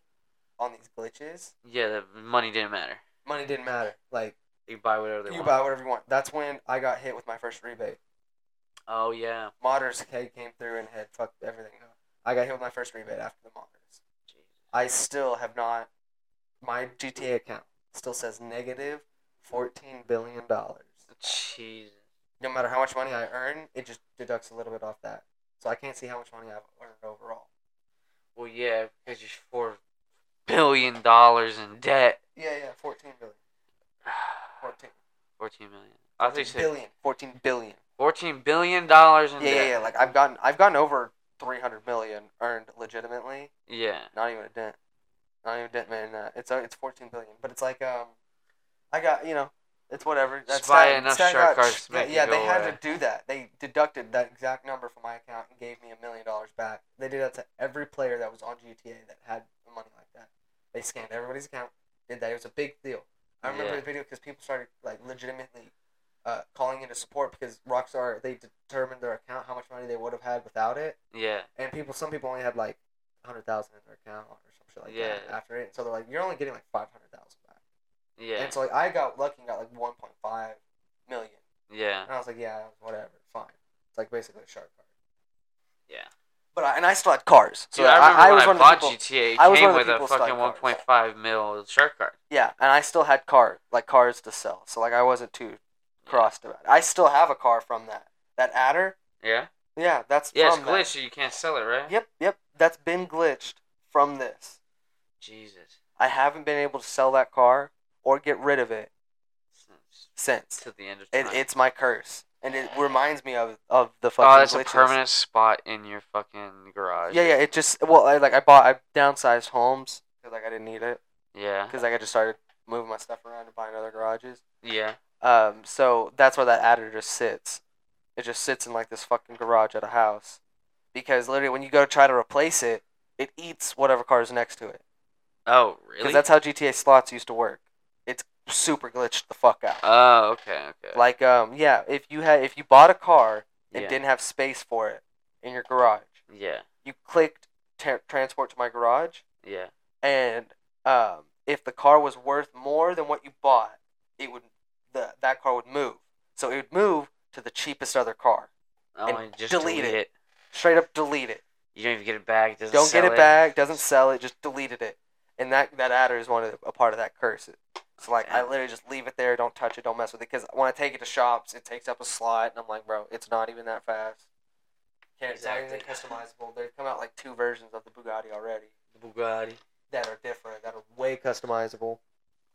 on these glitches. yeah, the money didn't matter. Money didn't matter. Like You could buy whatever they you want. buy whatever you want. That's when I got hit with my first rebate. oh yeah. Modders K came through and had fucked everything up. I got hit with my first rebate after the modders. I still have not. My GTA account still says negative fourteen billion dollars. Jesus. no matter how much money I earn, it just deducts a little bit off that. So I can't see how much money I've earned overall. Well, yeah, because you're four billion dollars in debt. Yeah, yeah, 14 billion. 14. Fourteen million. I think shit. billion, fourteen billion. Fourteen billion dollars in Yeah, yeah, debt. yeah. Like I've gotten, I've gotten over three hundred million earned legitimately. Yeah. Not even a dent. Not even a dent, man. Uh, it's uh, it's fourteen billion, but it's like um, I got you know, it's whatever. Just That's buy that- enough that shark got- cards to Yeah, make it yeah go they had away. to do that. They deducted that exact number from my account and gave me a million dollars back. They did that to every player that was on GTA that had money like that. They scanned everybody's account. Did that? It was a big deal. I remember Yeah. the video because people started like legitimately uh, calling into support because Rockstar they determined their account how much money they would have had without it Yeah. and people some people only had like hundred thousand in their account or some shit like that Yeah. after it. So they're like, you're only getting like five hundred thousand back. Yeah. And so like I got lucky and got like one point five million, Yeah. and I was like, yeah, whatever, fine. It's like basically a shark card. Yeah. But I, and I still had cars, so Dude, I remember I, was when one I bought of the people, GTA, it I was came one of with a the people stuck fucking cars. 1.5 mil shark card. yeah, and I still had car like cars to sell. So like I wasn't too crossed about it. I still have a car from that that adder. Yeah? Yeah, that's Yeah, it's from that. glitched, so you can't sell it, right? Yep, yep, that's been glitched from this. Jesus. I haven't been able to sell that car or get rid of it It's- since. Till the end of time. It, it's my curse, and it reminds me of of the fucking. oh, that's a glitches. permanent spot in your fucking garage. Yeah, yeah. It just well, I, like I bought, I downsized homes because like I didn't need it Yeah. because like I just started moving my stuff around and buying other garages. Yeah. Um, so that's where that adder just sits. It just sits in like this fucking garage at a house, because literally when you go to try to replace it, it eats whatever car is next to it. Oh, Because really? that's how GTA slots used to work. It's super glitched the fuck out. oh, okay, okay. Like um yeah, if you had if you bought a car and yeah. didn't have space for it in your garage, yeah. you clicked tra- transport to my garage, Yeah. and um if the car was worth more than what you bought, it would the that car would move. So it would move to the cheapest other car. Oh, And and just delete, delete it. it. Straight up delete it. You don't even get it back. Doesn't Don't get sell it back. Doesn't sell it. Just deleted it. And that that adder is one of the, a part of that curse. So like I Damn. literally just leave it there. Don't touch it. Don't mess with it. Because when I take it to shops, it takes up a slot, and I'm like, bro, it's not even that fast. Can't it's not even Exactly. customizable. They've come out like two versions of the Bugatti already Bugatti. that are different, that are way customizable.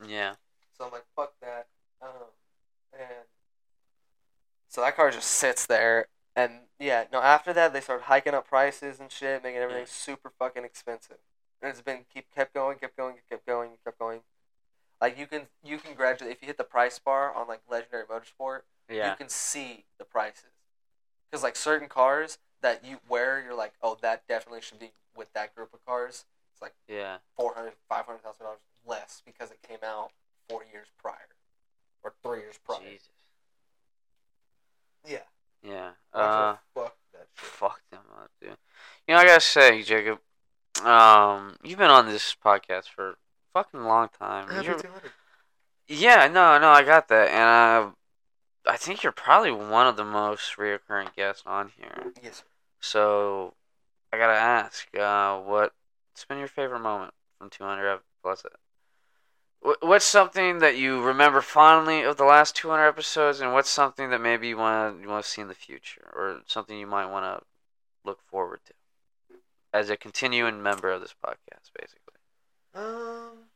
Yeah. So I'm like, fuck that. Um, and so that car just sits there. And yeah, no, after that, they started hiking up prices and shit, making everything Yeah. super fucking expensive. And it's been keep kept going, kept going, kept going, kept going. Like you can you can gradually if you hit the price bar on like Legendary Motorsport, Yeah. you can see the prices. Because like certain cars that you where you're like, oh, that definitely should be with that group of cars. It's like Yeah. four hundred, five hundred thousand dollars less because it came out four years prior or three years prior. Jesus. Yeah. Yeah. I Uh, said, fuck that shit. fuck them up, dude. You know, I gotta say, Jacob, um, you've been on this podcast for a fucking long time. You're- yeah, no, no, I got that, and I, I think you're probably one of the most reoccurring guests on here. Yes. sir. So, I gotta ask, uh, what's been your favorite moment from 200 plus it? Wh- What's something that you remember fondly of the last 200 episodes, and what's something that maybe you want to you want to see in the future, or something you might want to look forward to as a continuing member of this podcast, basically? Um,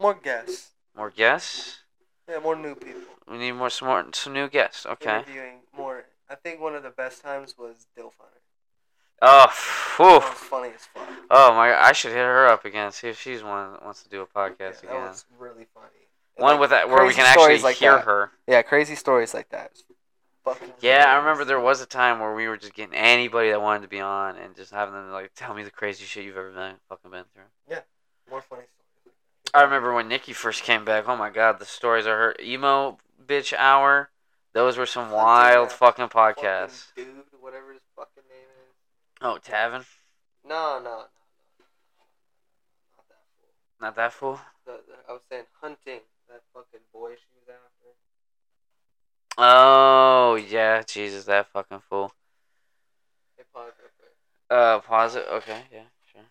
more guests. More guests. Yeah, more new people. We need more some more some new guests. Okay. Interviewing more. I think one of the best times was Dill Funner. Mm-hmm. Oh, phew. That was funny as fuck. oh my! I should hit her up again. See if she's one wants to do a Yeah, podcast that again. was really funny. One Like, with that where we crazy can actually stories like hear that. her. Yeah, crazy stories like that. It's Fucking Yeah, I hilarious. remember there was a time where we were just getting anybody that wanted to be on and just having them like tell me the crazy shit you've ever been fucking been through. More funny stories. I remember when Nikki first came back. Oh my god, the stories I heard. Emo bitch hour. Those were some Fucking wild yeah. fucking podcasts. Fucking dude, whatever his fucking name is. Oh, Tavern. No, no, no, no. Not that fool. Not that fool. The, the, I was saying hunting that fucking boy she was after. Oh yeah, Jesus, that fucking fool. Hey, pause real quick. Uh, pause it. Okay, yeah, sure.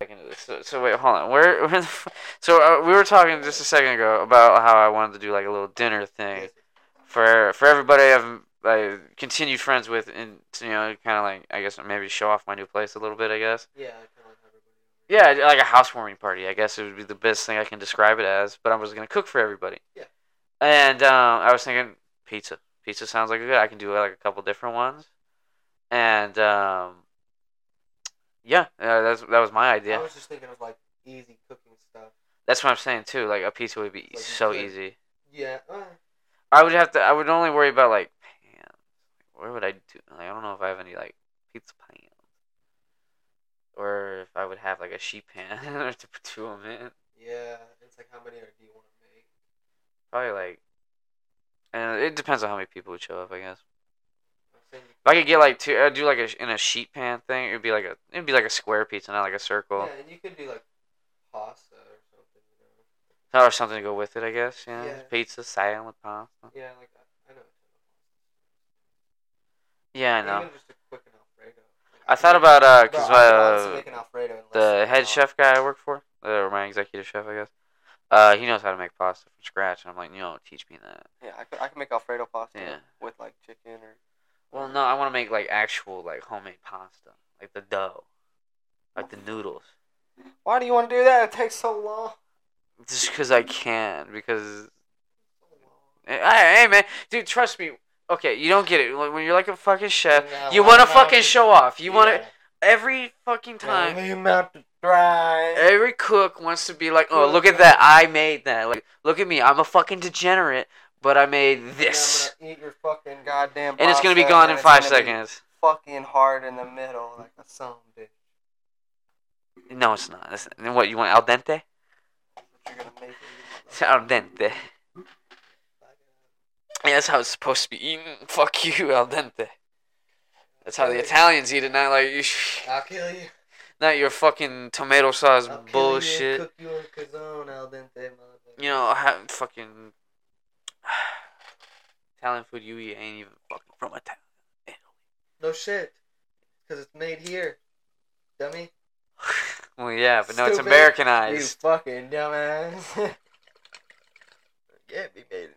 Back into this. So, so wait, hold on. Where, where the f- so uh, we were talking just a second ago about how I wanted to do like a little dinner thing Yes. for for everybody I've I continued friends with, and you know, kind of like I guess maybe show off my new place a little bit. I guess. Yeah, I kind of like everybody. Yeah, like a housewarming party. I guess it would be the best thing I can describe it as. But I was gonna cook for everybody. Yeah. And um, I was thinking pizza. Pizza sounds like a good. I can do like a couple different ones, and um, yeah, uh, that's that was my I idea. was just thinking of like easy cooking stuff. That's what I'm saying too. Like a pizza would be Like, you so could- easy. Yeah. Uh, I would have to. I would only worry about like pans. Where would I do? Like, I don't know if I have any like pizza pans, or if I would have like a sheet pan to put two of 'em in. yeah. It's like how many are do you want to make? Probably like, and it depends on how many people would show up. I guess I'm saying you- if I could get like two, I'd do like a in a sheet pan thing. It'd be like a it'd be like a square pizza, not like a circle, Yeah, and you could do like pasta or something. You know. or something to go with it. I guess yeah, Yeah. pizza, salad, pasta. Yeah, like I, I know. Yeah, I know. Even just a quick an Alfredo. Like, I could thought make- about uh, Bro, cause I could honestly uh, make an Alfredo in less than the an hour. head chef guy I work for, uh, or my executive chef, I guess. Uh, he knows how to make pasta from scratch, and I'm like, no, teach me that. Yeah, I could, I could make Alfredo pasta Yeah. with like chicken or. Well, no, I want to make like actual like homemade pasta, like the dough, like the noodles. Why do you want to do that? It takes so long. Just because I can, because So long. hey, I- hey, man, dude, trust me. Okay, you don't get it when when you're like a fucking chef. No, You I'm want to not fucking to- show off. You want to Yeah. every fucking time. Leave 'em out to dry. Every cook wants to be like, oh, look at that, I made that. Like, look at me, I'm a fucking degenerate, but I made this. And I'm gonna eat your fucking goddamn. and it's gonna be pasta, gone and in it's five gonna be seconds. Fucking hard in the middle, like a son of a bitch. No, it's not. That's, and what you want al dente? You're gonna make it. It's al dente. Yeah, that's how it's supposed to be eaten. Fuck you, al dente. That's how the Italians eat it, not like you, I'll kill you. not your fucking tomato sauce I'll kill You and bullshit. cook you in Kazon, al dente, motherfucker. You know, how fucking Italian food you eat ain't even fucking from Italy. No shit, because it's made here, dummy. well, yeah, but no, it's Stupid. You Americanized. fucking dumbass. yeah, it'd be made in Italy.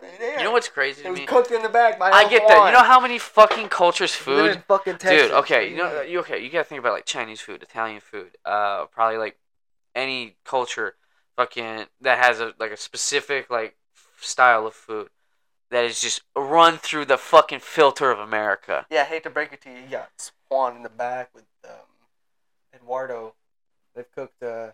Right there. You know what's crazy It to was me? cooked in the back by. I Al get that. You Juan. know how many fucking cultures We live food in fucking Texas. Dude, okay, you know, uh, you okay? You gotta think about like Chinese food, Italian food, uh, probably like any culture, fucking that has a like a specific like style of food that is just run through the fucking filter of America. Yeah, I hate to break it to you. You got Swan in the back with um, Eduardo. They've cooked. Uh,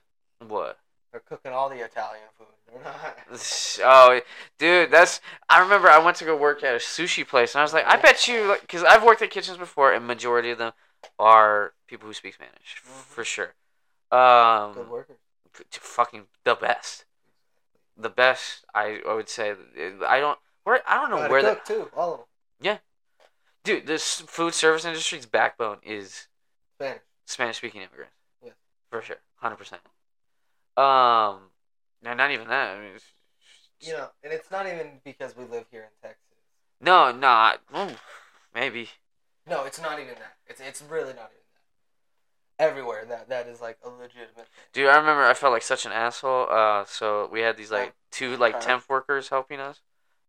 What? they're cooking all the Italian food. They're not. Oh, dude, that's. I remember I went to go work at a sushi place, and I was like, I bet you, like, because I've worked at kitchens before, and majority of them are people who speak Spanish, f- for sure. Um, Mm-hmm. Good workers. f- t- fucking the best. The best, I, I would say. uh, I don't where I don't Know know how to where the cook too. All of them. dude this food service industry's backbone is Spanish. Spanish speaking immigrants. Yeah. for sure, hundred percent. Um, no, not even that. I mean, it's- You know, and it's not even because we live here in Texas. no, not maybe. No, it's not even that. It's it's really not even that. Everywhere that that is like a legitimate thing. Dude, I remember I felt like such an asshole. Uh, so we had these like two like Okay. temp workers helping us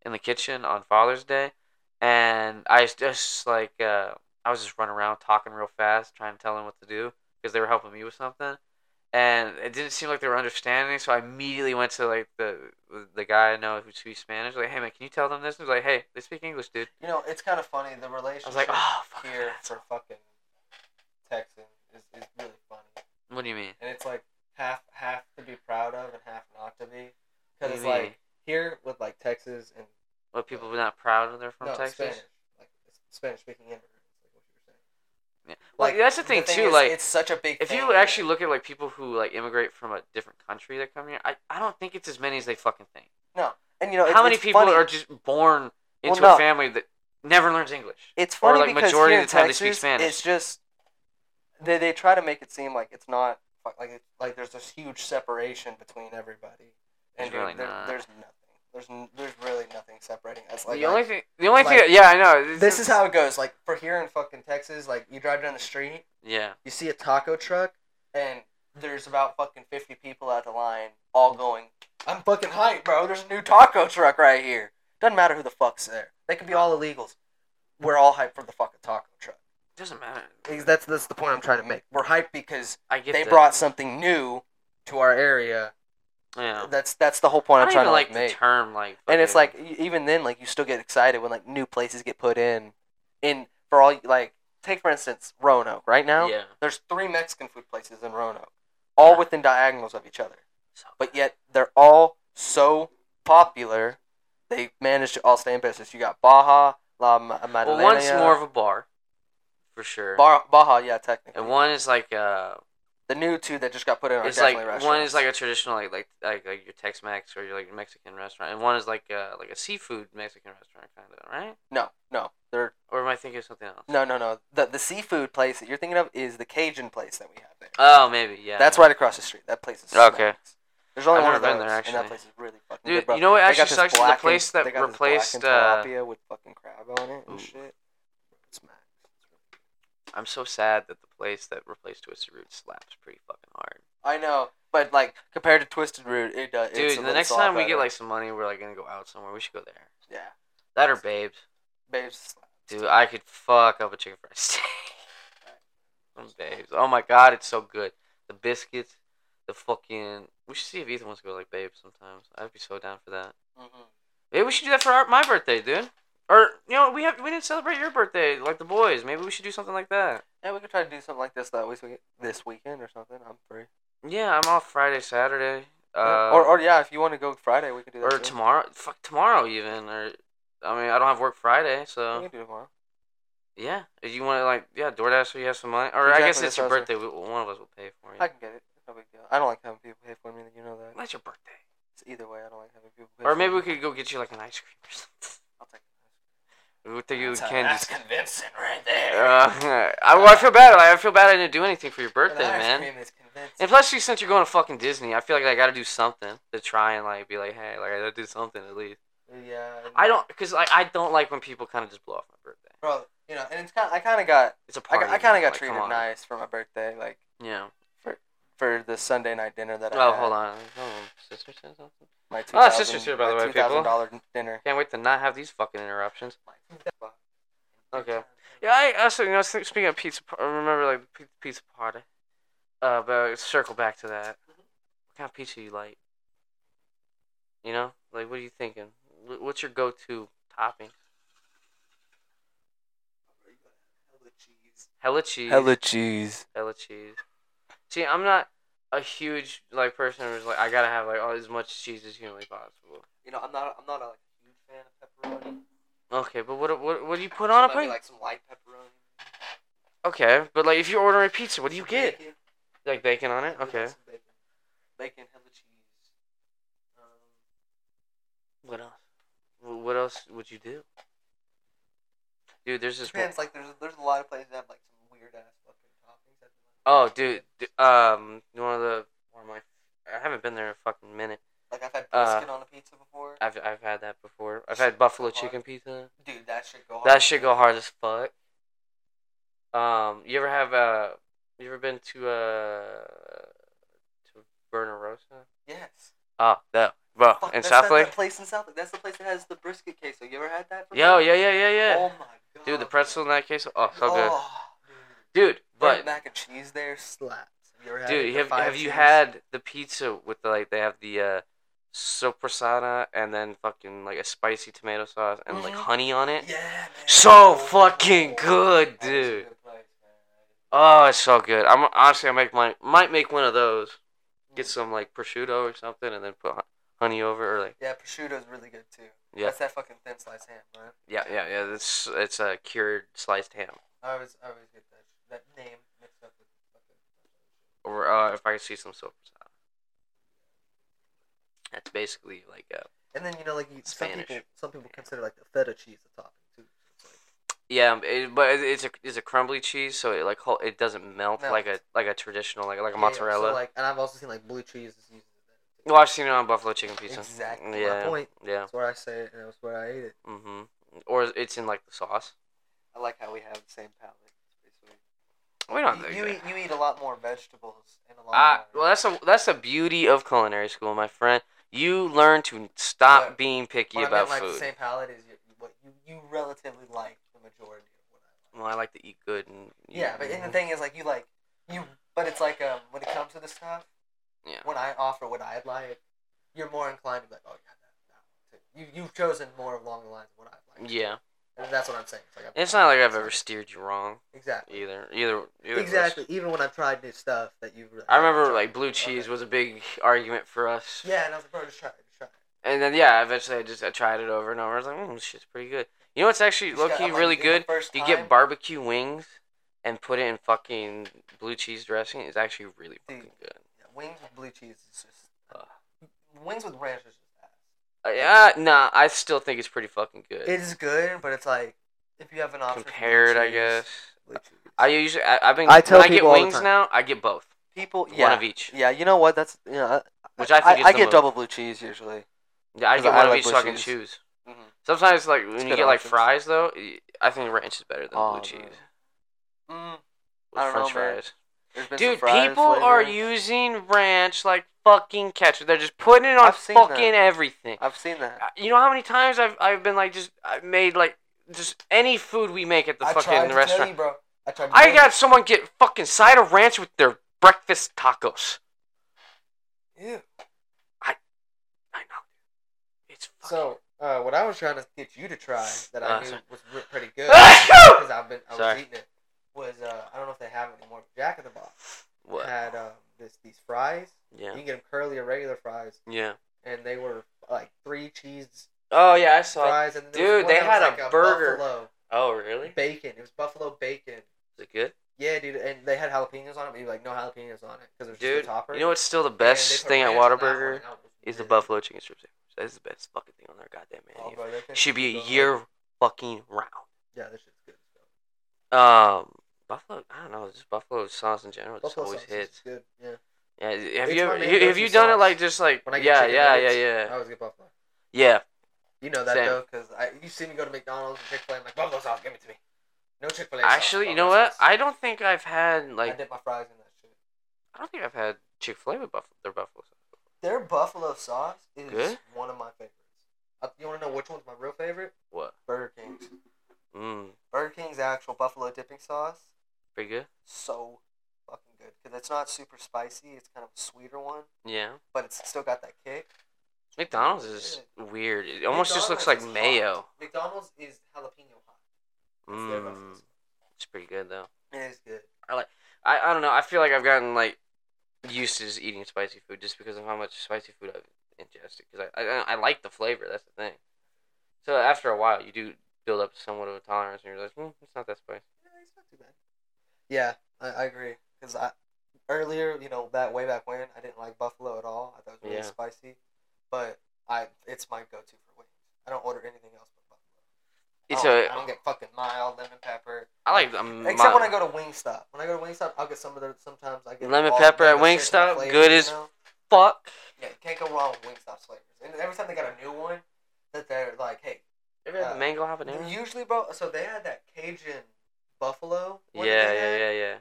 in the kitchen on Father's Day, and I was just like uh, I was just running around talking real fast, trying to tell them what to do because they were helping me with something, and it didn't seem like they were understanding. So I immediately went to like the the guy I know who speaks Spanish, like, hey man, can you tell them this? And he was like, hey, they speak English, dude. You know, it's kind of funny. The relationship I was like, oh, fuck here that. for fucking Texan is, is really funny, What do you mean? and it's like half half to be proud of and half not to be, What do because you it's mean? like here with like Texas and what people were not proud when they're from no Texas? Spanish, like Spanish speaking immigrants, like what you were saying. Yeah. Well, that's the thing, too, is, like, it's such a big. if thing you here. actually look at like people who like immigrate from a different country that come here, I, I don't think it's as many as they fucking think. and you know, How many people funny. are just born Well, into no. a family that never learns English? It's Or, funny like, because majority here of the time in they Texas, speak Spanish. it's just they they try to make it seem like it's not like like, it's- like there's this huge separation between everybody, and There's really there- not. there's nothing. There's n- there's really nothing separating us. Like, the like, only thing, the only like- thing, yeah, I know. It's- this is how it goes. Like for here in fucking Texas, like you drive down the street, Yeah, you see a taco truck, and there's about fucking fifty people at the line, all going, "I'm fucking hyped, bro. There's a new taco truck right here." Doesn't matter who the fuck's there. They can be all illegals. We're all hyped for the fucking taco truck. doesn't matter. Because that's that's the point I'm trying to make. We're hyped because I get they that. brought something new to our area Yeah. That's that's the whole Oh. point I I'm don't trying even to like like the make. term like. and it's fucking- like e- even then, like you still get excited when like new places get put in. In for all like take for instance Roanoke right now. Yeah. There's three Mexican food places in Roanoke, all Yeah. within diagonals of each other, So- but yet they're all so popular. They managed to all stay in business. You got Baja, La Ma- well, Magdalena. one's more of a bar, for sure. Bar- Baja, yeah, technically. And one is like uh, the new two that just got put in are it's like Oh, definitely one is restaurants. like a traditional like like like, like your Tex Mex or your like Mexican restaurant, and one is like uh like a seafood Mexican restaurant kind of right? no, no, they're Or am I thinking of something else? No, no, no. The the seafood place that you're thinking of is the Cajun place that we have there. Oh, maybe yeah. That's right across the street. That place is Okay. smacks. There's only I've one never of been those, there, and actually. that place is really fucking Dude, good, bro. you know what They got actually this sucks is the blackened- place that they got this replaced. Uh, blackened tilapia with fucking crab on it and Ooh. shit. Smacks. I'm so sad that the place that replaced Twisted Root slaps pretty fucking hard. I know, but like compared to Twisted Root, it does. Dude, it's a the little next soft time we better. get like some money, we're like gonna go out somewhere. We should go there. yeah, That or Babes. babes. Dude, I could fuck up a chicken fried steak. From Babes. Oh my god, it's so good. The biscuits, the fucking. We should see if Ethan wants to go like Babes sometimes. I'd be so down for that. Mm-hmm. Maybe we should do that for our, my birthday, dude. Or you know, we have we didn't celebrate your birthday like the boys. Maybe we should do something like that. Yeah, we could try to do something like this that week, this weekend or something. I'm free. Yeah, I'm off Friday, Saturday. Uh, Yeah. or or yeah, if you want to go Friday, we could do that. or too. tomorrow. Fuck tomorrow even. Or I mean, I don't have work Friday, so. We can do tomorrow. Yeah, if you want to like yeah, DoorDash, so you have some money, or I Exactly, guess it's that's your what I was birthday. We, one of us will pay for I you. can get it. No big deal. I don't like having people pay for me. You know that. That's your birthday. It's either way. I don't like having people. Pay Or for maybe me. we could go get you like an ice cream or something. I'll take it. We would think you That's, how- can. that's Just, convincing right uh, there. I, well, I feel bad. Like, I feel bad I didn't do anything for your birthday, An ice man. cream is convincing. And plus, you- since you're going to fucking Disney, I feel like I got to do something to try and like be like, hey, like I gotta do something at least. yeah. I don't, cause like I don't like when people kind of just blow off my birthday. Bro, you know, and it's kind. Of, I kind of got. It's a I, party. got- I kind man, of got like, come treated on. nice for my birthday, like Yeah. for the Sunday night dinner that I. Oh, had. hold on. Hold on. Sister said something. My Oh, it's just your 2000 shit, by the my way, people. $2,000 dollar dinner. Can't wait to not have these fucking interruptions. Okay. Okay. Yeah, I also you know s- speaking of pizza, par- I remember like the pi- pizza party. Uh, but circle back to that. What kind of pizza you like? You know, like what are you thinking? Wh- What's your go-to topping? Hella cheese. Hella cheese. hella cheese. See, I'm not a huge like person who's like I gotta have like all as much cheese as humanly possible. You know, I'm not. I'm not a like, huge fan of pepperoni. Okay, but what what what do you put on a So maybe, plate? like some light pepperoni. Okay, but like if you're ordering pizza, what do you some get? bacon, Like bacon on it? maybe, like, Okay. some Bacon, bacon hella cheese. Um, What else? Wh- What else would you do? Dude, there's this. One. depends. Like, there's there's a lot of places that have like some weird ass fucking toppings. That they Oh, dude, d- um, one of the one of my. I haven't been there in a fucking minute. like. Like, I've had Uh, brisket on a pizza before. I've I've had that before. I've Shit had buffalo go hard. chicken pizza. Dude, that shit go. That hard. shit go hard as fuck. Um, you ever have uh, you ever been to uh, to Verna Rosa? Yes. Oh, that bro Fuck, in that's that- South Lake. That place in South Lake. That's the place that has the brisket queso. You ever had that? before? Yo, yeah, yeah, yeah, yeah. Oh my god. Dude, the man. pretzel in that case, oh, so good. Oh, dude. Dude, Burnt but mac and cheese there slaps. Have you ever had it? Dude, The have, five have you cheese? had the pizza with the, like they have the uh, soprasada and then fucking like a spicy tomato sauce and like Mhm. honey on it? Yeah, man. So Oh, fucking boy. good, That is a dude. good place, man. Oh, it's so good. I'm honestly I make my might make one of those. Get Mm. some like prosciutto or something and then put hon- honey over or like Yeah, prosciutto is really good too. Yeah. That's that fucking thin sliced ham, right? yeah yeah yeah. It's it's a cured sliced ham. I always, I always get that, that name mixed up with fucking. Or uh, if I could see some soprasada. That's basically like uh, a And then you know, like you, some Spanish. people, some people consider like the feta cheese the topping too. It's like, Yeah, um, it, but it, it's a it's a crumbly cheese, so it like hol- it doesn't melt Melt. like a like a traditional like like a yeah, yeah, mozzarella. So like, and I've also seen like blue cheese is used. in that, too. well, I've seen it on buffalo chicken pizza. Exactly my Yeah. point. Yeah. That's where I say it, and that's where I ate it. Mm-hmm. Or it's in like the sauce. I like how we have the same palate. It's pretty sweet. We don't. think You, you that- eat you eat a lot more vegetables and a lot. I, more. well, that's a that's the beauty of culinary school, my friend. You learn to stop But being picky what I about meant, like food. the same palate is you, what you, you relatively like the majority of what I well, I like to eat good and like. Yeah, but and the thing is, like you like you, but it's like um when it comes to this stuff, Yeah. when I offer what I like, you're more inclined to be like, oh yeah, that, that one too. You you've chosen more along the lines of what I like. Yeah. And that's what I'm saying. It's like I've- It's not like I've ever steered you wrong exactly. either. Either. either Exactly. Even when I've tried new stuff that you. Really I remember like blue cheese was a big argument for us. Yeah, and I was like, bro, just try it. Just try it. And then yeah, eventually I just I tried it over and over. I was like, mm, this shit's pretty good. You know what's actually Just low got- key I'm like, really this is the good? first You time. get barbecue wings and put it in fucking blue cheese dressing. It's actually really Dude. fucking good. Yeah, wings with blue cheese is just. Ugh. wings with ranch is just ass. Uh, nah, I still think it's pretty fucking good. It is good, but it's like if you have an option. for blue Compared, I cheese, guess. blue cheese. I usually I, I've been I tell when I get people all the wings time. now. I get both, people, one yeah, of each. yeah. You know what? That's you know, Which I think is I, the get move. double blue cheese usually. Yeah, I Cause get I one of like each blue so I can cheese. choose. Mhm. Mm-hmm. Sometimes like when you good get like options. fries though, y- I think ranch is better than Oh, blue man. cheese Mm, with I don't French know, man. fries. there's been some Mm-hmm. Dude, fries people are flavored. using ranch like fucking ketchup. They're just putting it on I've seen that. fucking everything. I've seen that. Uh, You know how many times I've I've been like just I've made like just any food we make at the fucking restaurant. bro. I tried. I got someone get fucking cider ranch with their breakfast tacos. Ew. I know. It's fucking So uh, what I was trying to get you to try that I Uh, knew sorry. was re- pretty good because I've been I was Sorry. eating it was uh, I don't know if they have it anymore. but Jack in the Box what? had um, this these fries. Yeah. You can get them curly or regular fries, Yeah. and they were like three cheese Oh yeah, I saw. fries. And there was dude, one they that was had a like burger. buffalo Oh really? bacon. It was buffalo bacon. Is it good? Yeah, dude, and they had jalapenos on it, but you like no jalapenos on it because it was Dude, just a topper. you know what's still the And they best put thing at ranch on that one, Whataburger and that was is the good. buffalo chicken strip sandwich. That is the best fucking thing on their goddamn Oh, menu. bro, their Should be a chicken year fucking round. Yeah, this shit's good. as well. Um, buffalo. I don't know. Just buffalo sauce in general just Buffalo always sauce is hits. Good. Yeah. Yeah. Have It's you my ever? main You, have go-to you done it sauce. like just like? When I get yeah, chicken yeah, yeah, nuggets, I yeah, always get buffalo. yeah. You know that Same. though, because you see me go to McDonald's and Chick Fil A. I'm like buffalo sauce, give it to me. No Chick Fil A. Actually, you know what? I don't think I've had I like. dip my fries in that shit. I don't think I've had Chick Fil A with buffalo. Their buffalo sauce. Their buffalo sauce is Good? one of my favorites. Uh, you want to know which one's my real favorite? What? Burger King's. Mmm. Burger King's actual buffalo dipping sauce, Pretty good. so fucking good because it's not super spicy. It's kind of a sweeter one, Yeah. but it's still got that kick. McDonald's is weird. It almost just looks like McDonald's is mayo. hot. McDonald's is jalapeno hot. It's their buffalo Mmm. sauce. It's pretty good though. It is good. I, I don't know. I feel like I've gotten like used to just eating spicy food just because of how much spicy food I've ingested. Because I, I I like the flavor. That's the thing. So after a while, you do build up somewhat of a tolerance, and you're like, hmm, it's not that spicy. Yeah, it's not too bad. Yeah, I, I agree. Cause I earlier, you know, that way back when, I didn't like buffalo at all. I thought it was really Yeah. spicy, but I it's my go-to for wings. I don't order anything else but buffalo. I It's don't- a Oh, I don't get fucking mild lemon pepper. I like the um, Except when I go to Wingstop. When I go to Wingstop, I'll get some of the. Sometimes I get Lemon all pepper at different shit, different Wingstop, flavors, good you as- know? fuck. Yeah, you can't go wrong with Wingstop's flavors. And every time they got a new one, that they're like, hey, Ever had Uh, the mango habanero? usually, bro. So they had that Cajun buffalo. Yeah, one that they had. yeah, yeah, yeah.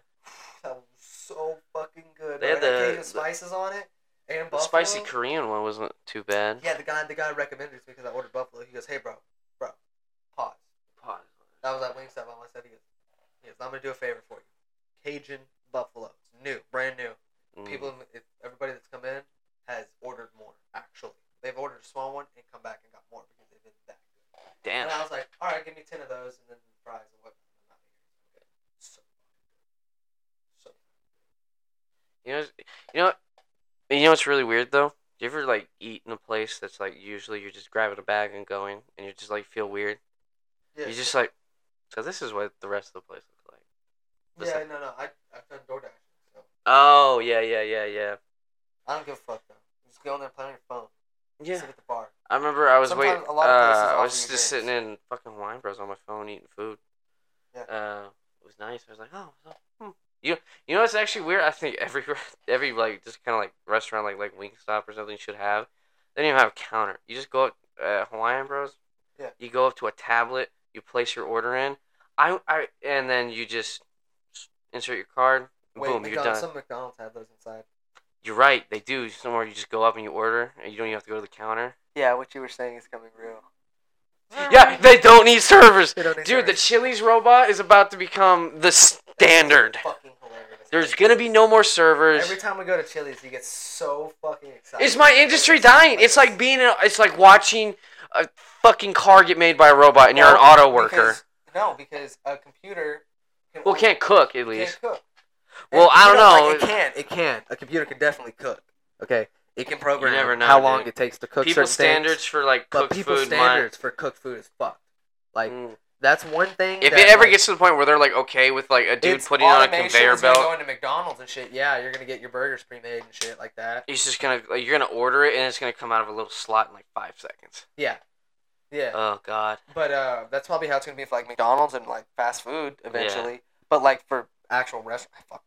That was so fucking good. They bro. had It the- Cajun the- spices on it and The buffalo. spicy Korean one wasn't too bad. Yeah, the guy the guy recommended it because I ordered buffalo. He goes, "Hey, bro, bro, pause." I was at Wingstop by myself. He goes, he goes, "I'm gonna do a favor for you. Cajun buffalo, It's new, brand new. Mm. People, if everybody that's come in has ordered more. Actually, they've ordered a small one and come back and got more because they've been that good." damn. And I was like, all right, give me ten of those and then fries and what. So, so You know, you know, you know what's really weird though. Do you ever like eat in a place that's like usually you're just grabbing a bag and going, and you just like feel weird. yeah, You're just like, so this is what the rest of the place looks like. yeah, no, no, I I've done DoorDash, so Oh yeah, yeah, yeah, yeah. I don't give a fuck though. Just go on there and play on your phone. Yeah. Sit at the bar. I remember I was Sometimes waiting. a lot of places uh, I offer was you just drinks. sitting in fucking Wine Bros on my phone eating food. Yeah. Uh, it was nice. I was like, oh, oh, hmm. you you know what's actually weird? I think every re- every like just kind of like restaurant like like Wingstop or something should have. They don't even have a counter. You just go up uh, Hawaiian Bros. Yeah. You go up to a tablet. You place your order in. I I and then you just insert your card. Wait, boom, you're McDonald's, done. Some McDonald's have those inside. You're right. They do somewhere. You just go up and you order, and you don't even have to go to the counter. Yeah, what you were saying is coming real. Yeah, they don't need servers. They don't need Dude, the servers. Chili's robot is about to become the standard. Fucking hilarious. There's gonna be no more servers. Every time we go to Chili's, he gets so fucking excited. It's my industry dying. It's like being. A, it's like watching a fucking car get made by a robot, and you're an No, auto worker. Because- no, because a computer. Can Well, only- can't cook at can't least. cook. Well, I don't know, know. like, it can. It can. A computer can definitely cook. Okay. It can program never know, how long dude. it takes to cook People's certain things, standards for like But cooked people's food. mine- standards for cooked food is fucked. Like Mm. that's one thing. If that, it ever like, gets to the point where they're like okay with like a dude it's putting on a automation, conveyor it's gonna belt, Go into McDonald's and shit. Yeah, you're gonna get your burgers pre-made and shit like that. it's just gonna like, you're gonna order it and it's gonna come out of a little slot in like five seconds. Yeah, yeah. Oh god. But uh, that's probably how it's gonna be for like McDonald's and like fast food eventually. But like for actual restaurant, fuck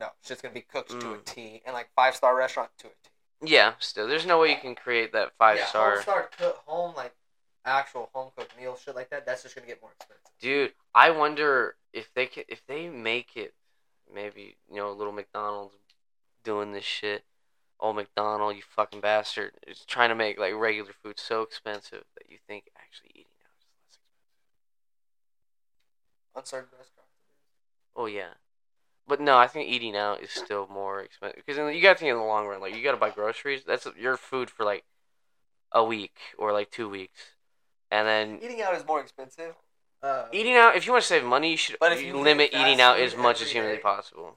no, shit's gonna be cooked to a Mm. T, and like five star restaurant to a T. Yeah. Still, there's no way you can create that five yeah, star. home star cook home like actual home cooked meal shit like that. That's just gonna get more expensive. Dude, I wonder if they could, if they make it, maybe you know, little McDonald's doing this shit. Old McDonald, you fucking bastard, is trying to make like regular food so expensive that you think actually eating out is less expensive. Unserved restaurant. Oh yeah, but no, I think eating out is still more expensive because you got to think in the long run, like you got to buy groceries. That's your food for like a week or like two weeks, and then Eating out is more expensive. Uh, eating out. If you want to save money, you should But if you you eat limit fast eating out food as much as every humanly day- possible. Like,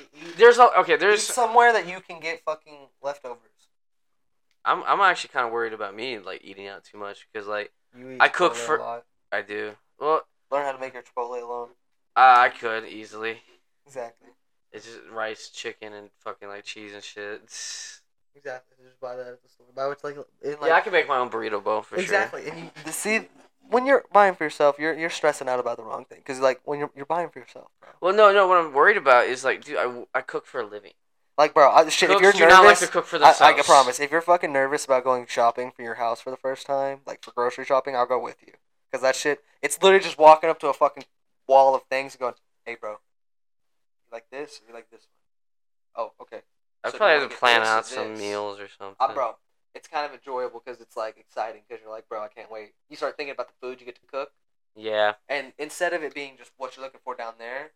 eat, eat, There's a, okay. eat There's somewhere that you can get fucking leftovers. I'm I'm actually kind of worried about me like eating out too much because like You eat I cook Chipotle a for- lot. I do. Well, uh, Learn how to make your Chipotle alone. I I could easily. Exactly. It's just rice, chicken, and fucking like cheese and shit. Exactly. Just buy that at the store. Buy what's like in like yeah, I can make my own burrito bowl for exactly. And you the- see when you're buying for yourself, you're you're stressing out about the wrong thing because like when you're you're buying for yourself, bro. sure. Well, no, no. What I'm worried about is like, dude, I, I cook for a living. Like, bro, I, shit. Cooks if you're do nervous, not like to cook for themselves. I, I can promise. If you're fucking nervous about going shopping for your house for the first time, like for grocery shopping, I'll go with you. Cause that shit, it's literally just walking up to a fucking wall of things and going, "Hey, bro, you like this? Or you like this one? Oh, okay. I So probably do you have to wanna get plan this or out some this? meals or something. Uh, bro, it's kind of enjoyable because it's like exciting because you're like, bro, I can't wait. You start thinking about the food you get to cook, Yeah. and instead of it being just what you're looking for down there,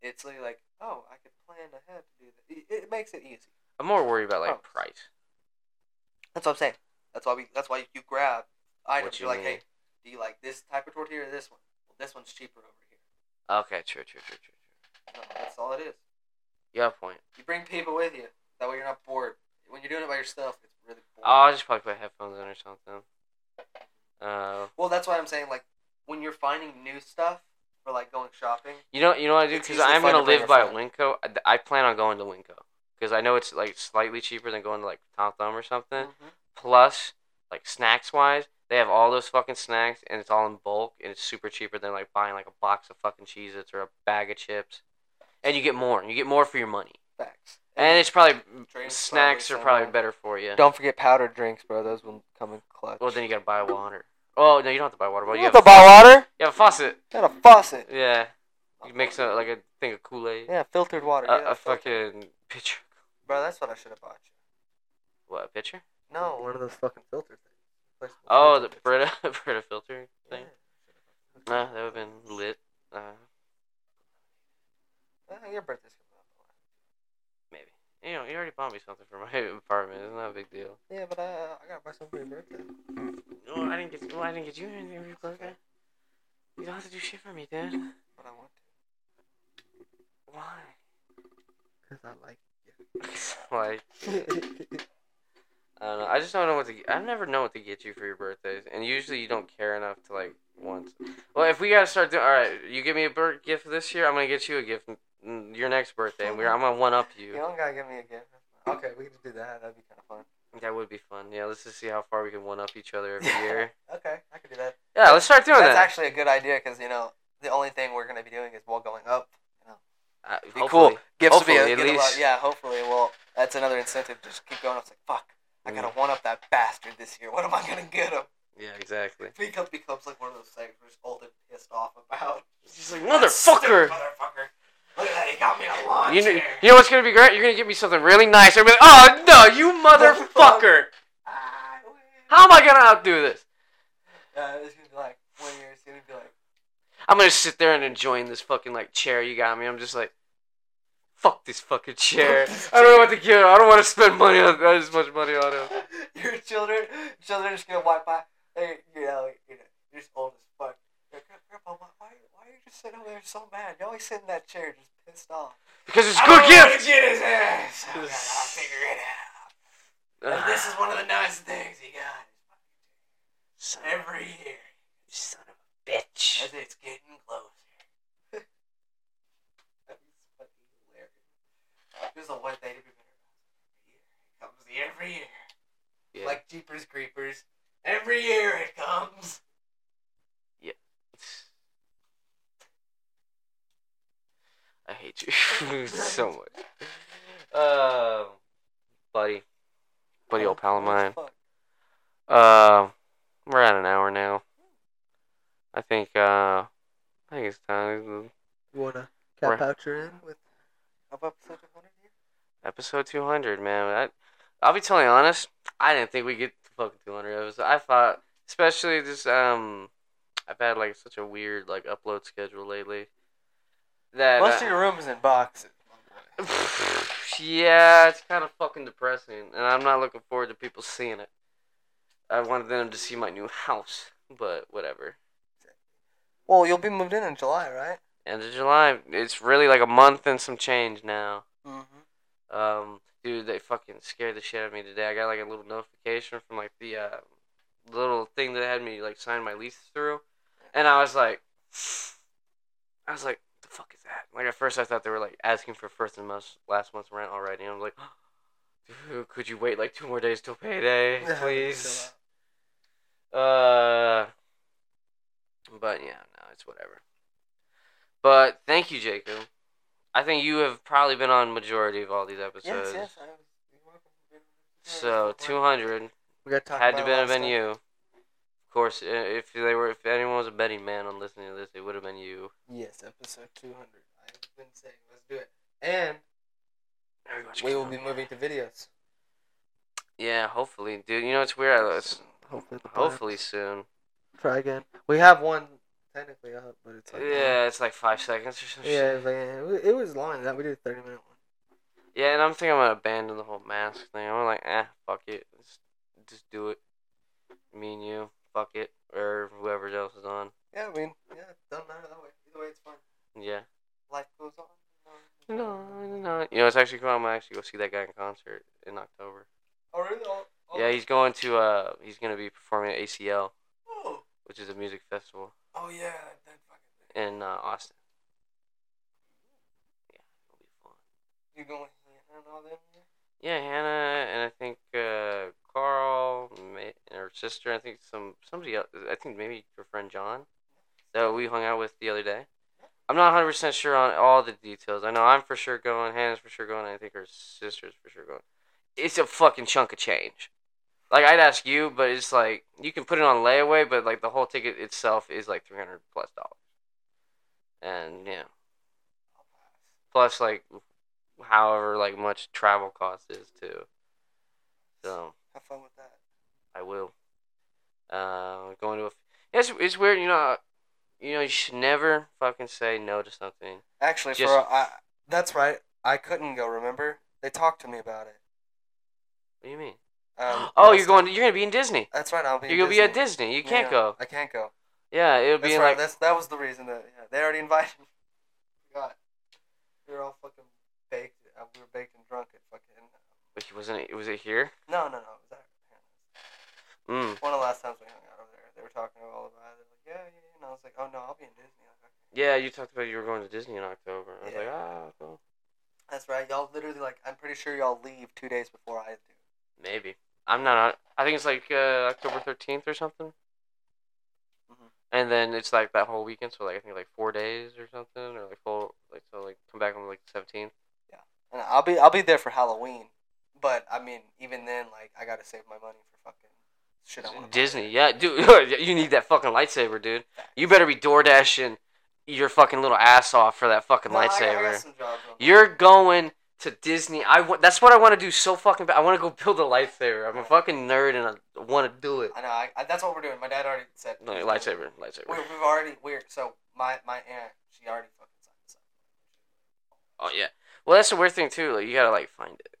it's literally like, oh, I could plan ahead to do that. It, it makes it easy. I'm more worried about like Oh. price. That's what I'm saying. That's why we. That's why you grab items. What you you're like, mean? hey, do you like this type of tortilla or this one? Well, this one's cheaper over here. Okay, true, true, true, true, true. No, that's all it is. You have a point. You bring people with you. That way you're not bored. When you're doing it by yourself, it's really boring. Oh, I'll just probably put headphones in or something. Uh, well, that's why I'm saying like when you're finding new stuff for like going shopping. You know, you know what I do It's because usually I'm fun gonna to bring live a by friend. Winco. I- I plan on going to Winco because I know it's like slightly cheaper than going to like Tom Thumb or something. Mhm. Plus, like snacks wise, they have all those fucking snacks and it's all in bulk and it's super cheaper than like buying like a box of fucking Cheez-Its or a bag of chips, and you get more. You get more for your money, Facts. and it's probably Drinks snacks are probably probably similar. better for you. Don't forget powdered drinks, bro. Those will come in clutch. Well, then you gotta buy water. Oh no, you don't have to buy water. Well, you you have have to buy water. You have a faucet. Got a faucet. Yeah, you mix a, like a thing of Kool Aid. yeah, filtered water. a, yeah, a filtered- fucking pitcher. Bro, that's what I should have bought you. What a pitcher? No, one of those fucking filter things. Oh, the Brita Brita filter Yeah. thing. Nah, that would have been lit. Uh, Uh, your birthday's coming up. maybe. You know, you already bought me something for my apartment. It's not a big deal. Yeah, but I, I gotta buy something for your birthday. No, I didn't get. No, I didn't get you anything for your birthday. You don't have to do shit for me, dude. But I want to. Why? Cause I like. like, I don't know. I just don't know what to. I never know what to get you for your birthdays, and usually you don't care enough to like want. Well, if we gotta start doing, all right, you give me a birth gift this year, I'm gonna get you a gift n- your next birthday, and we're I'm gonna one up you you. don't gotta give me a gift. Okay, we can just do that. That'd be kind of fun. That would be fun. Yeah, let's just see how far we can one up each other every Yeah. year. Okay, I could do that. Yeah, let's start doing That's that. actually a good idea, cause you know the only thing we're gonna be doing is well going up. Uh, Be cool. hopefully. Gifts Hopefully, will be a, at get a lot- least. yeah, hopefully. Well, that's another incentive. Just keep going. It's like fuck. I gotta one up that bastard this year. What am I gonna get him? Yeah, exactly. Becomes becomes like one of those things we're just old and pissed off about. She's like, Stupid motherfucker. Motherfucker! Look at that, he got me a lawn You know, chair. you know what's gonna be great? You're gonna get me something really nice. I'm gonna be like, oh no, you motherfucker! I win. How am I gonna outdo this? Uh, it's gonna be like one year. It's gonna be like I'm gonna sit there and enjoying this fucking like chair you got me. I'm just like, Fuck this fucking chair. I don't know what to give. I don't want to spend money on as much money on him. Your children, children are just gonna walk by. They, you know, you know, you're just old as fuck. You're like, Grandpa, why, why, why are you just sitting over there so mad? You're always sitting in that chair, just pissed off. Because it's a good gift. Get his ass. Oh, God, I'll figure it out. And this is one of the nice things he got son, every year. son of a bitch. As it's getting closer. That's fucking hilarious. There's a one thing to be better about. It comes every year. Yeah. Like Jeepers Creepers. Every year it comes. I hate you so much. Um, buddy, buddy, old pal of mine. Fuck. Um, we're at an hour now. I think. Uh, I think it's time. You wanna Right. cap out your end with of episode 100 here? Episode two hundred, man. I, I'll be totally honest. I didn't think we get to fucking two hundred episodes. I thought, especially just um, I've had like such a weird like upload schedule lately. That Most uh, of your room is in boxes. yeah, it's kind of fucking depressing, and I'm not looking forward to people seeing it. I wanted them to see my new house, but whatever. Well, you'll be moved in in July, right? End of July, it's really like a month and some change now. Mm-hmm. Um, dude, they fucking scared the shit out of me today. I got like a little notification from like the uh, little thing that had me like sign my lease through, and I was like, I was like, the fuck is that? Like at first I thought they were like asking for first and most last month's rent already, and I was like, dude, could you wait like two more days till payday, please? Uh, but yeah, no, it's whatever. But thank you, Jacob. I think you have probably been on majority of all these episodes. Yes, yes. I was, So two hundred We gotta talk had to been about a lot have of been stuff. you. Of course, i- if they were, if anyone was a betting man on listening to this, it would have been you. Yes, episode 200. I've been saying, let's do it. And we will be moving to videos. Yeah, hopefully, dude. You know it's weird. I- It's Hopefully. the plan. hopefully soon. Try again. We have one technically up, but it's like. Yeah, it's like five seconds or some shit. Yeah, it was, like, it was long. That we did a thirty minute one. Yeah, and I'm thinking I'm gonna abandon the whole mask thing. I'm like, eh, fuck it, just, just do it. Me and you, fuck it, or whoever else is on. Yeah, I mean, yeah, doesn't matter that way. Either way, it's fun. Yeah. Life goes on. No, no. You know it's actually cool. I'm gonna actually go see that guy in concert in October. Oh really? Oh, oh. Yeah, he's going to uh he's gonna be performing at ACL, Oh. which is a music festival Oh yeah, that fucking thing. in uh, Austin. Yeah, it'll be fun. You going with Hannah and all them? Yeah, Hannah and I think uh Carl ma- and her sister. I think some somebody else. I think maybe your friend John that we hung out with the other day. I'm not 100 percent sure on all the details. I know I'm for sure going. Hannah's for sure going. and I think her sister's for sure going. It's a fucking chunk of change. Like I'd ask you, but it's like you can put it on layaway, but like the whole ticket itself is like 300 plus dollars. And yeah, plus like however like much travel cost is too. So Have fun with that. I will. Uh, going to a. It's, it's weird, you know. uh, You know, you should never fucking say no to something. Actually, Just- for I, that's right. I couldn't go. Remember, they talked to me about it. What do you mean? Um, oh, last you're going. time. To, you're gonna be in Disney. That's right. I'll be. You're gonna be at Disney. You can't Yeah, go. I can't go. Yeah, it'll That's be in, right. like. that's that was the reason that yeah, they already invited me. God, we were all fucking baked. Uh, we were baked and drunk at fucking. uh, Wait, wasn't it? Was it here? No, no, no. It was at Hannah's. Mm. One of the last times we hung out over there, they were talking all about it. Like, yeah, yeah, yeah. And I was like, oh no, I'll be in Disney. Like, okay. Yeah, you talked about you were going to Disney in October. I was like, Yeah. ah, cool. That's right. Y'all literally like, I'm pretty sure y'all leave two days before I do. Maybe. I'm not. I think it's like uh, October 13th or something. Mhm. And then it's like that whole weekend, so like I think like four days or something, or like full, like so like come back on like 17th. And I'll be I'll be there for Halloween, but I mean, even then, like, I gotta save my money for fucking shit. I want Disney, yeah, dude, you need that fucking lightsaber, dude. You better be door dashing your fucking little ass off for that fucking No, I got- I got lightsaber. some jobs on that. You're going to Disney. I w- that's what I want to do so fucking bad. I want to go build a lightsaber. I'm a fucking nerd and I want to do it. I know. I, I, that's what we're doing. My dad already said. No, lightsaber, lightsaber. We, we've already we're so my my aunt she already fucking signed this up. Oh yeah. Well, that's the weird thing too. Like you gotta like find it.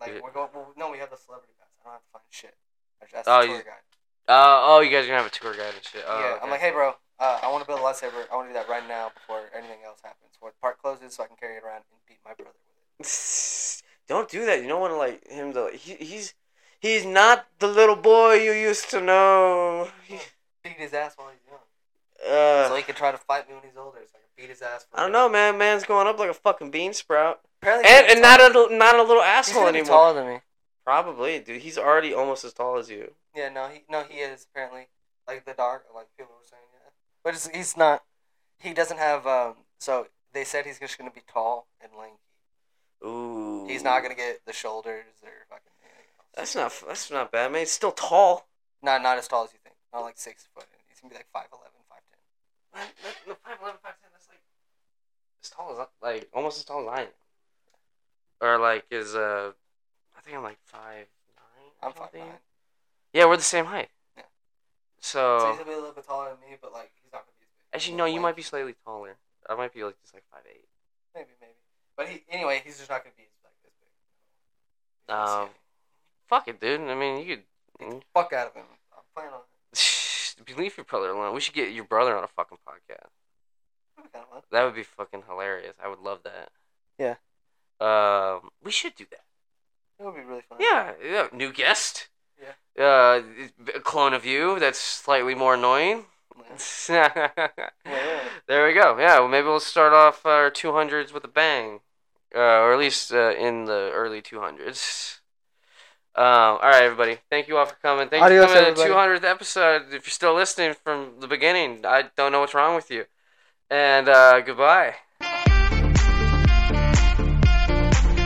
Like Is it- we're going. Well, no, we have the celebrity pass. I don't have to find shit. I just ask Oh, the you- tour guide. Uh, oh, you guys are gonna have a tour guide and shit. Oh, yeah, okay. I'm like, hey, bro, uh, I want to build a lightsaber. I want to do that right now before anything else happens. When park closes, so I can carry it around and beat my brother with don't do that. You don't want to like him to. He, he's he's not the little boy you used to know. it. Beat his ass while he's young, Uh, so he can try to fight me when he's older. So I can beat his ass. For I don't know, man. Man's going up like a fucking bean sprout, Apparently, and and not a not a little asshole gonna be anymore. taller than me. Probably, dude. He's already almost as tall as you. Yeah, no, he no, he is apparently like the dark, like people were saying, yeah. But it's, he's not. He doesn't have. Um, so they said he's just gonna be tall and lanky. Ooh. He's not gonna get the shoulders or fucking anything else. That's not that's not bad, man. He's still tall. not not as tall as you think. Not like six foot. He's gonna be like 5'11", 5'10". Five eleven, five ten. That's like as tall as I- like almost as tall as I am. Or like is uh, I think I'm like five nine. or I'm something. 5'9". Yeah, we're the same height. Yeah. So So he's gonna be a little bit taller than me, but like he's not gonna be as big. actually, no, you might be slightly taller. I might be like just like five eight. maybe maybe. But he anyway, he's just not gonna be as like this big. He's gonna Um, see Fuck it, dude. I mean, you it. Beat could the fuck out of him. I'm planning on. leave your brother alone. We should get your brother on a fucking podcast. I'm kinda like, That would be fucking hilarious. I would love that. Yeah. Um, we should do that. It would be really fun. Yeah, yeah, new guest. Yeah. Uh, a clone of you that's slightly more annoying. Yeah. there we go. Yeah, well, maybe we'll start off our 200s with a bang, uh, or at least uh, in the early 200s. Um, all right, everybody. Thank you all for coming. Thank Adios, you for coming everybody. to the 200th episode. If you're still listening from the beginning, I don't know what's wrong with you. And uh, goodbye.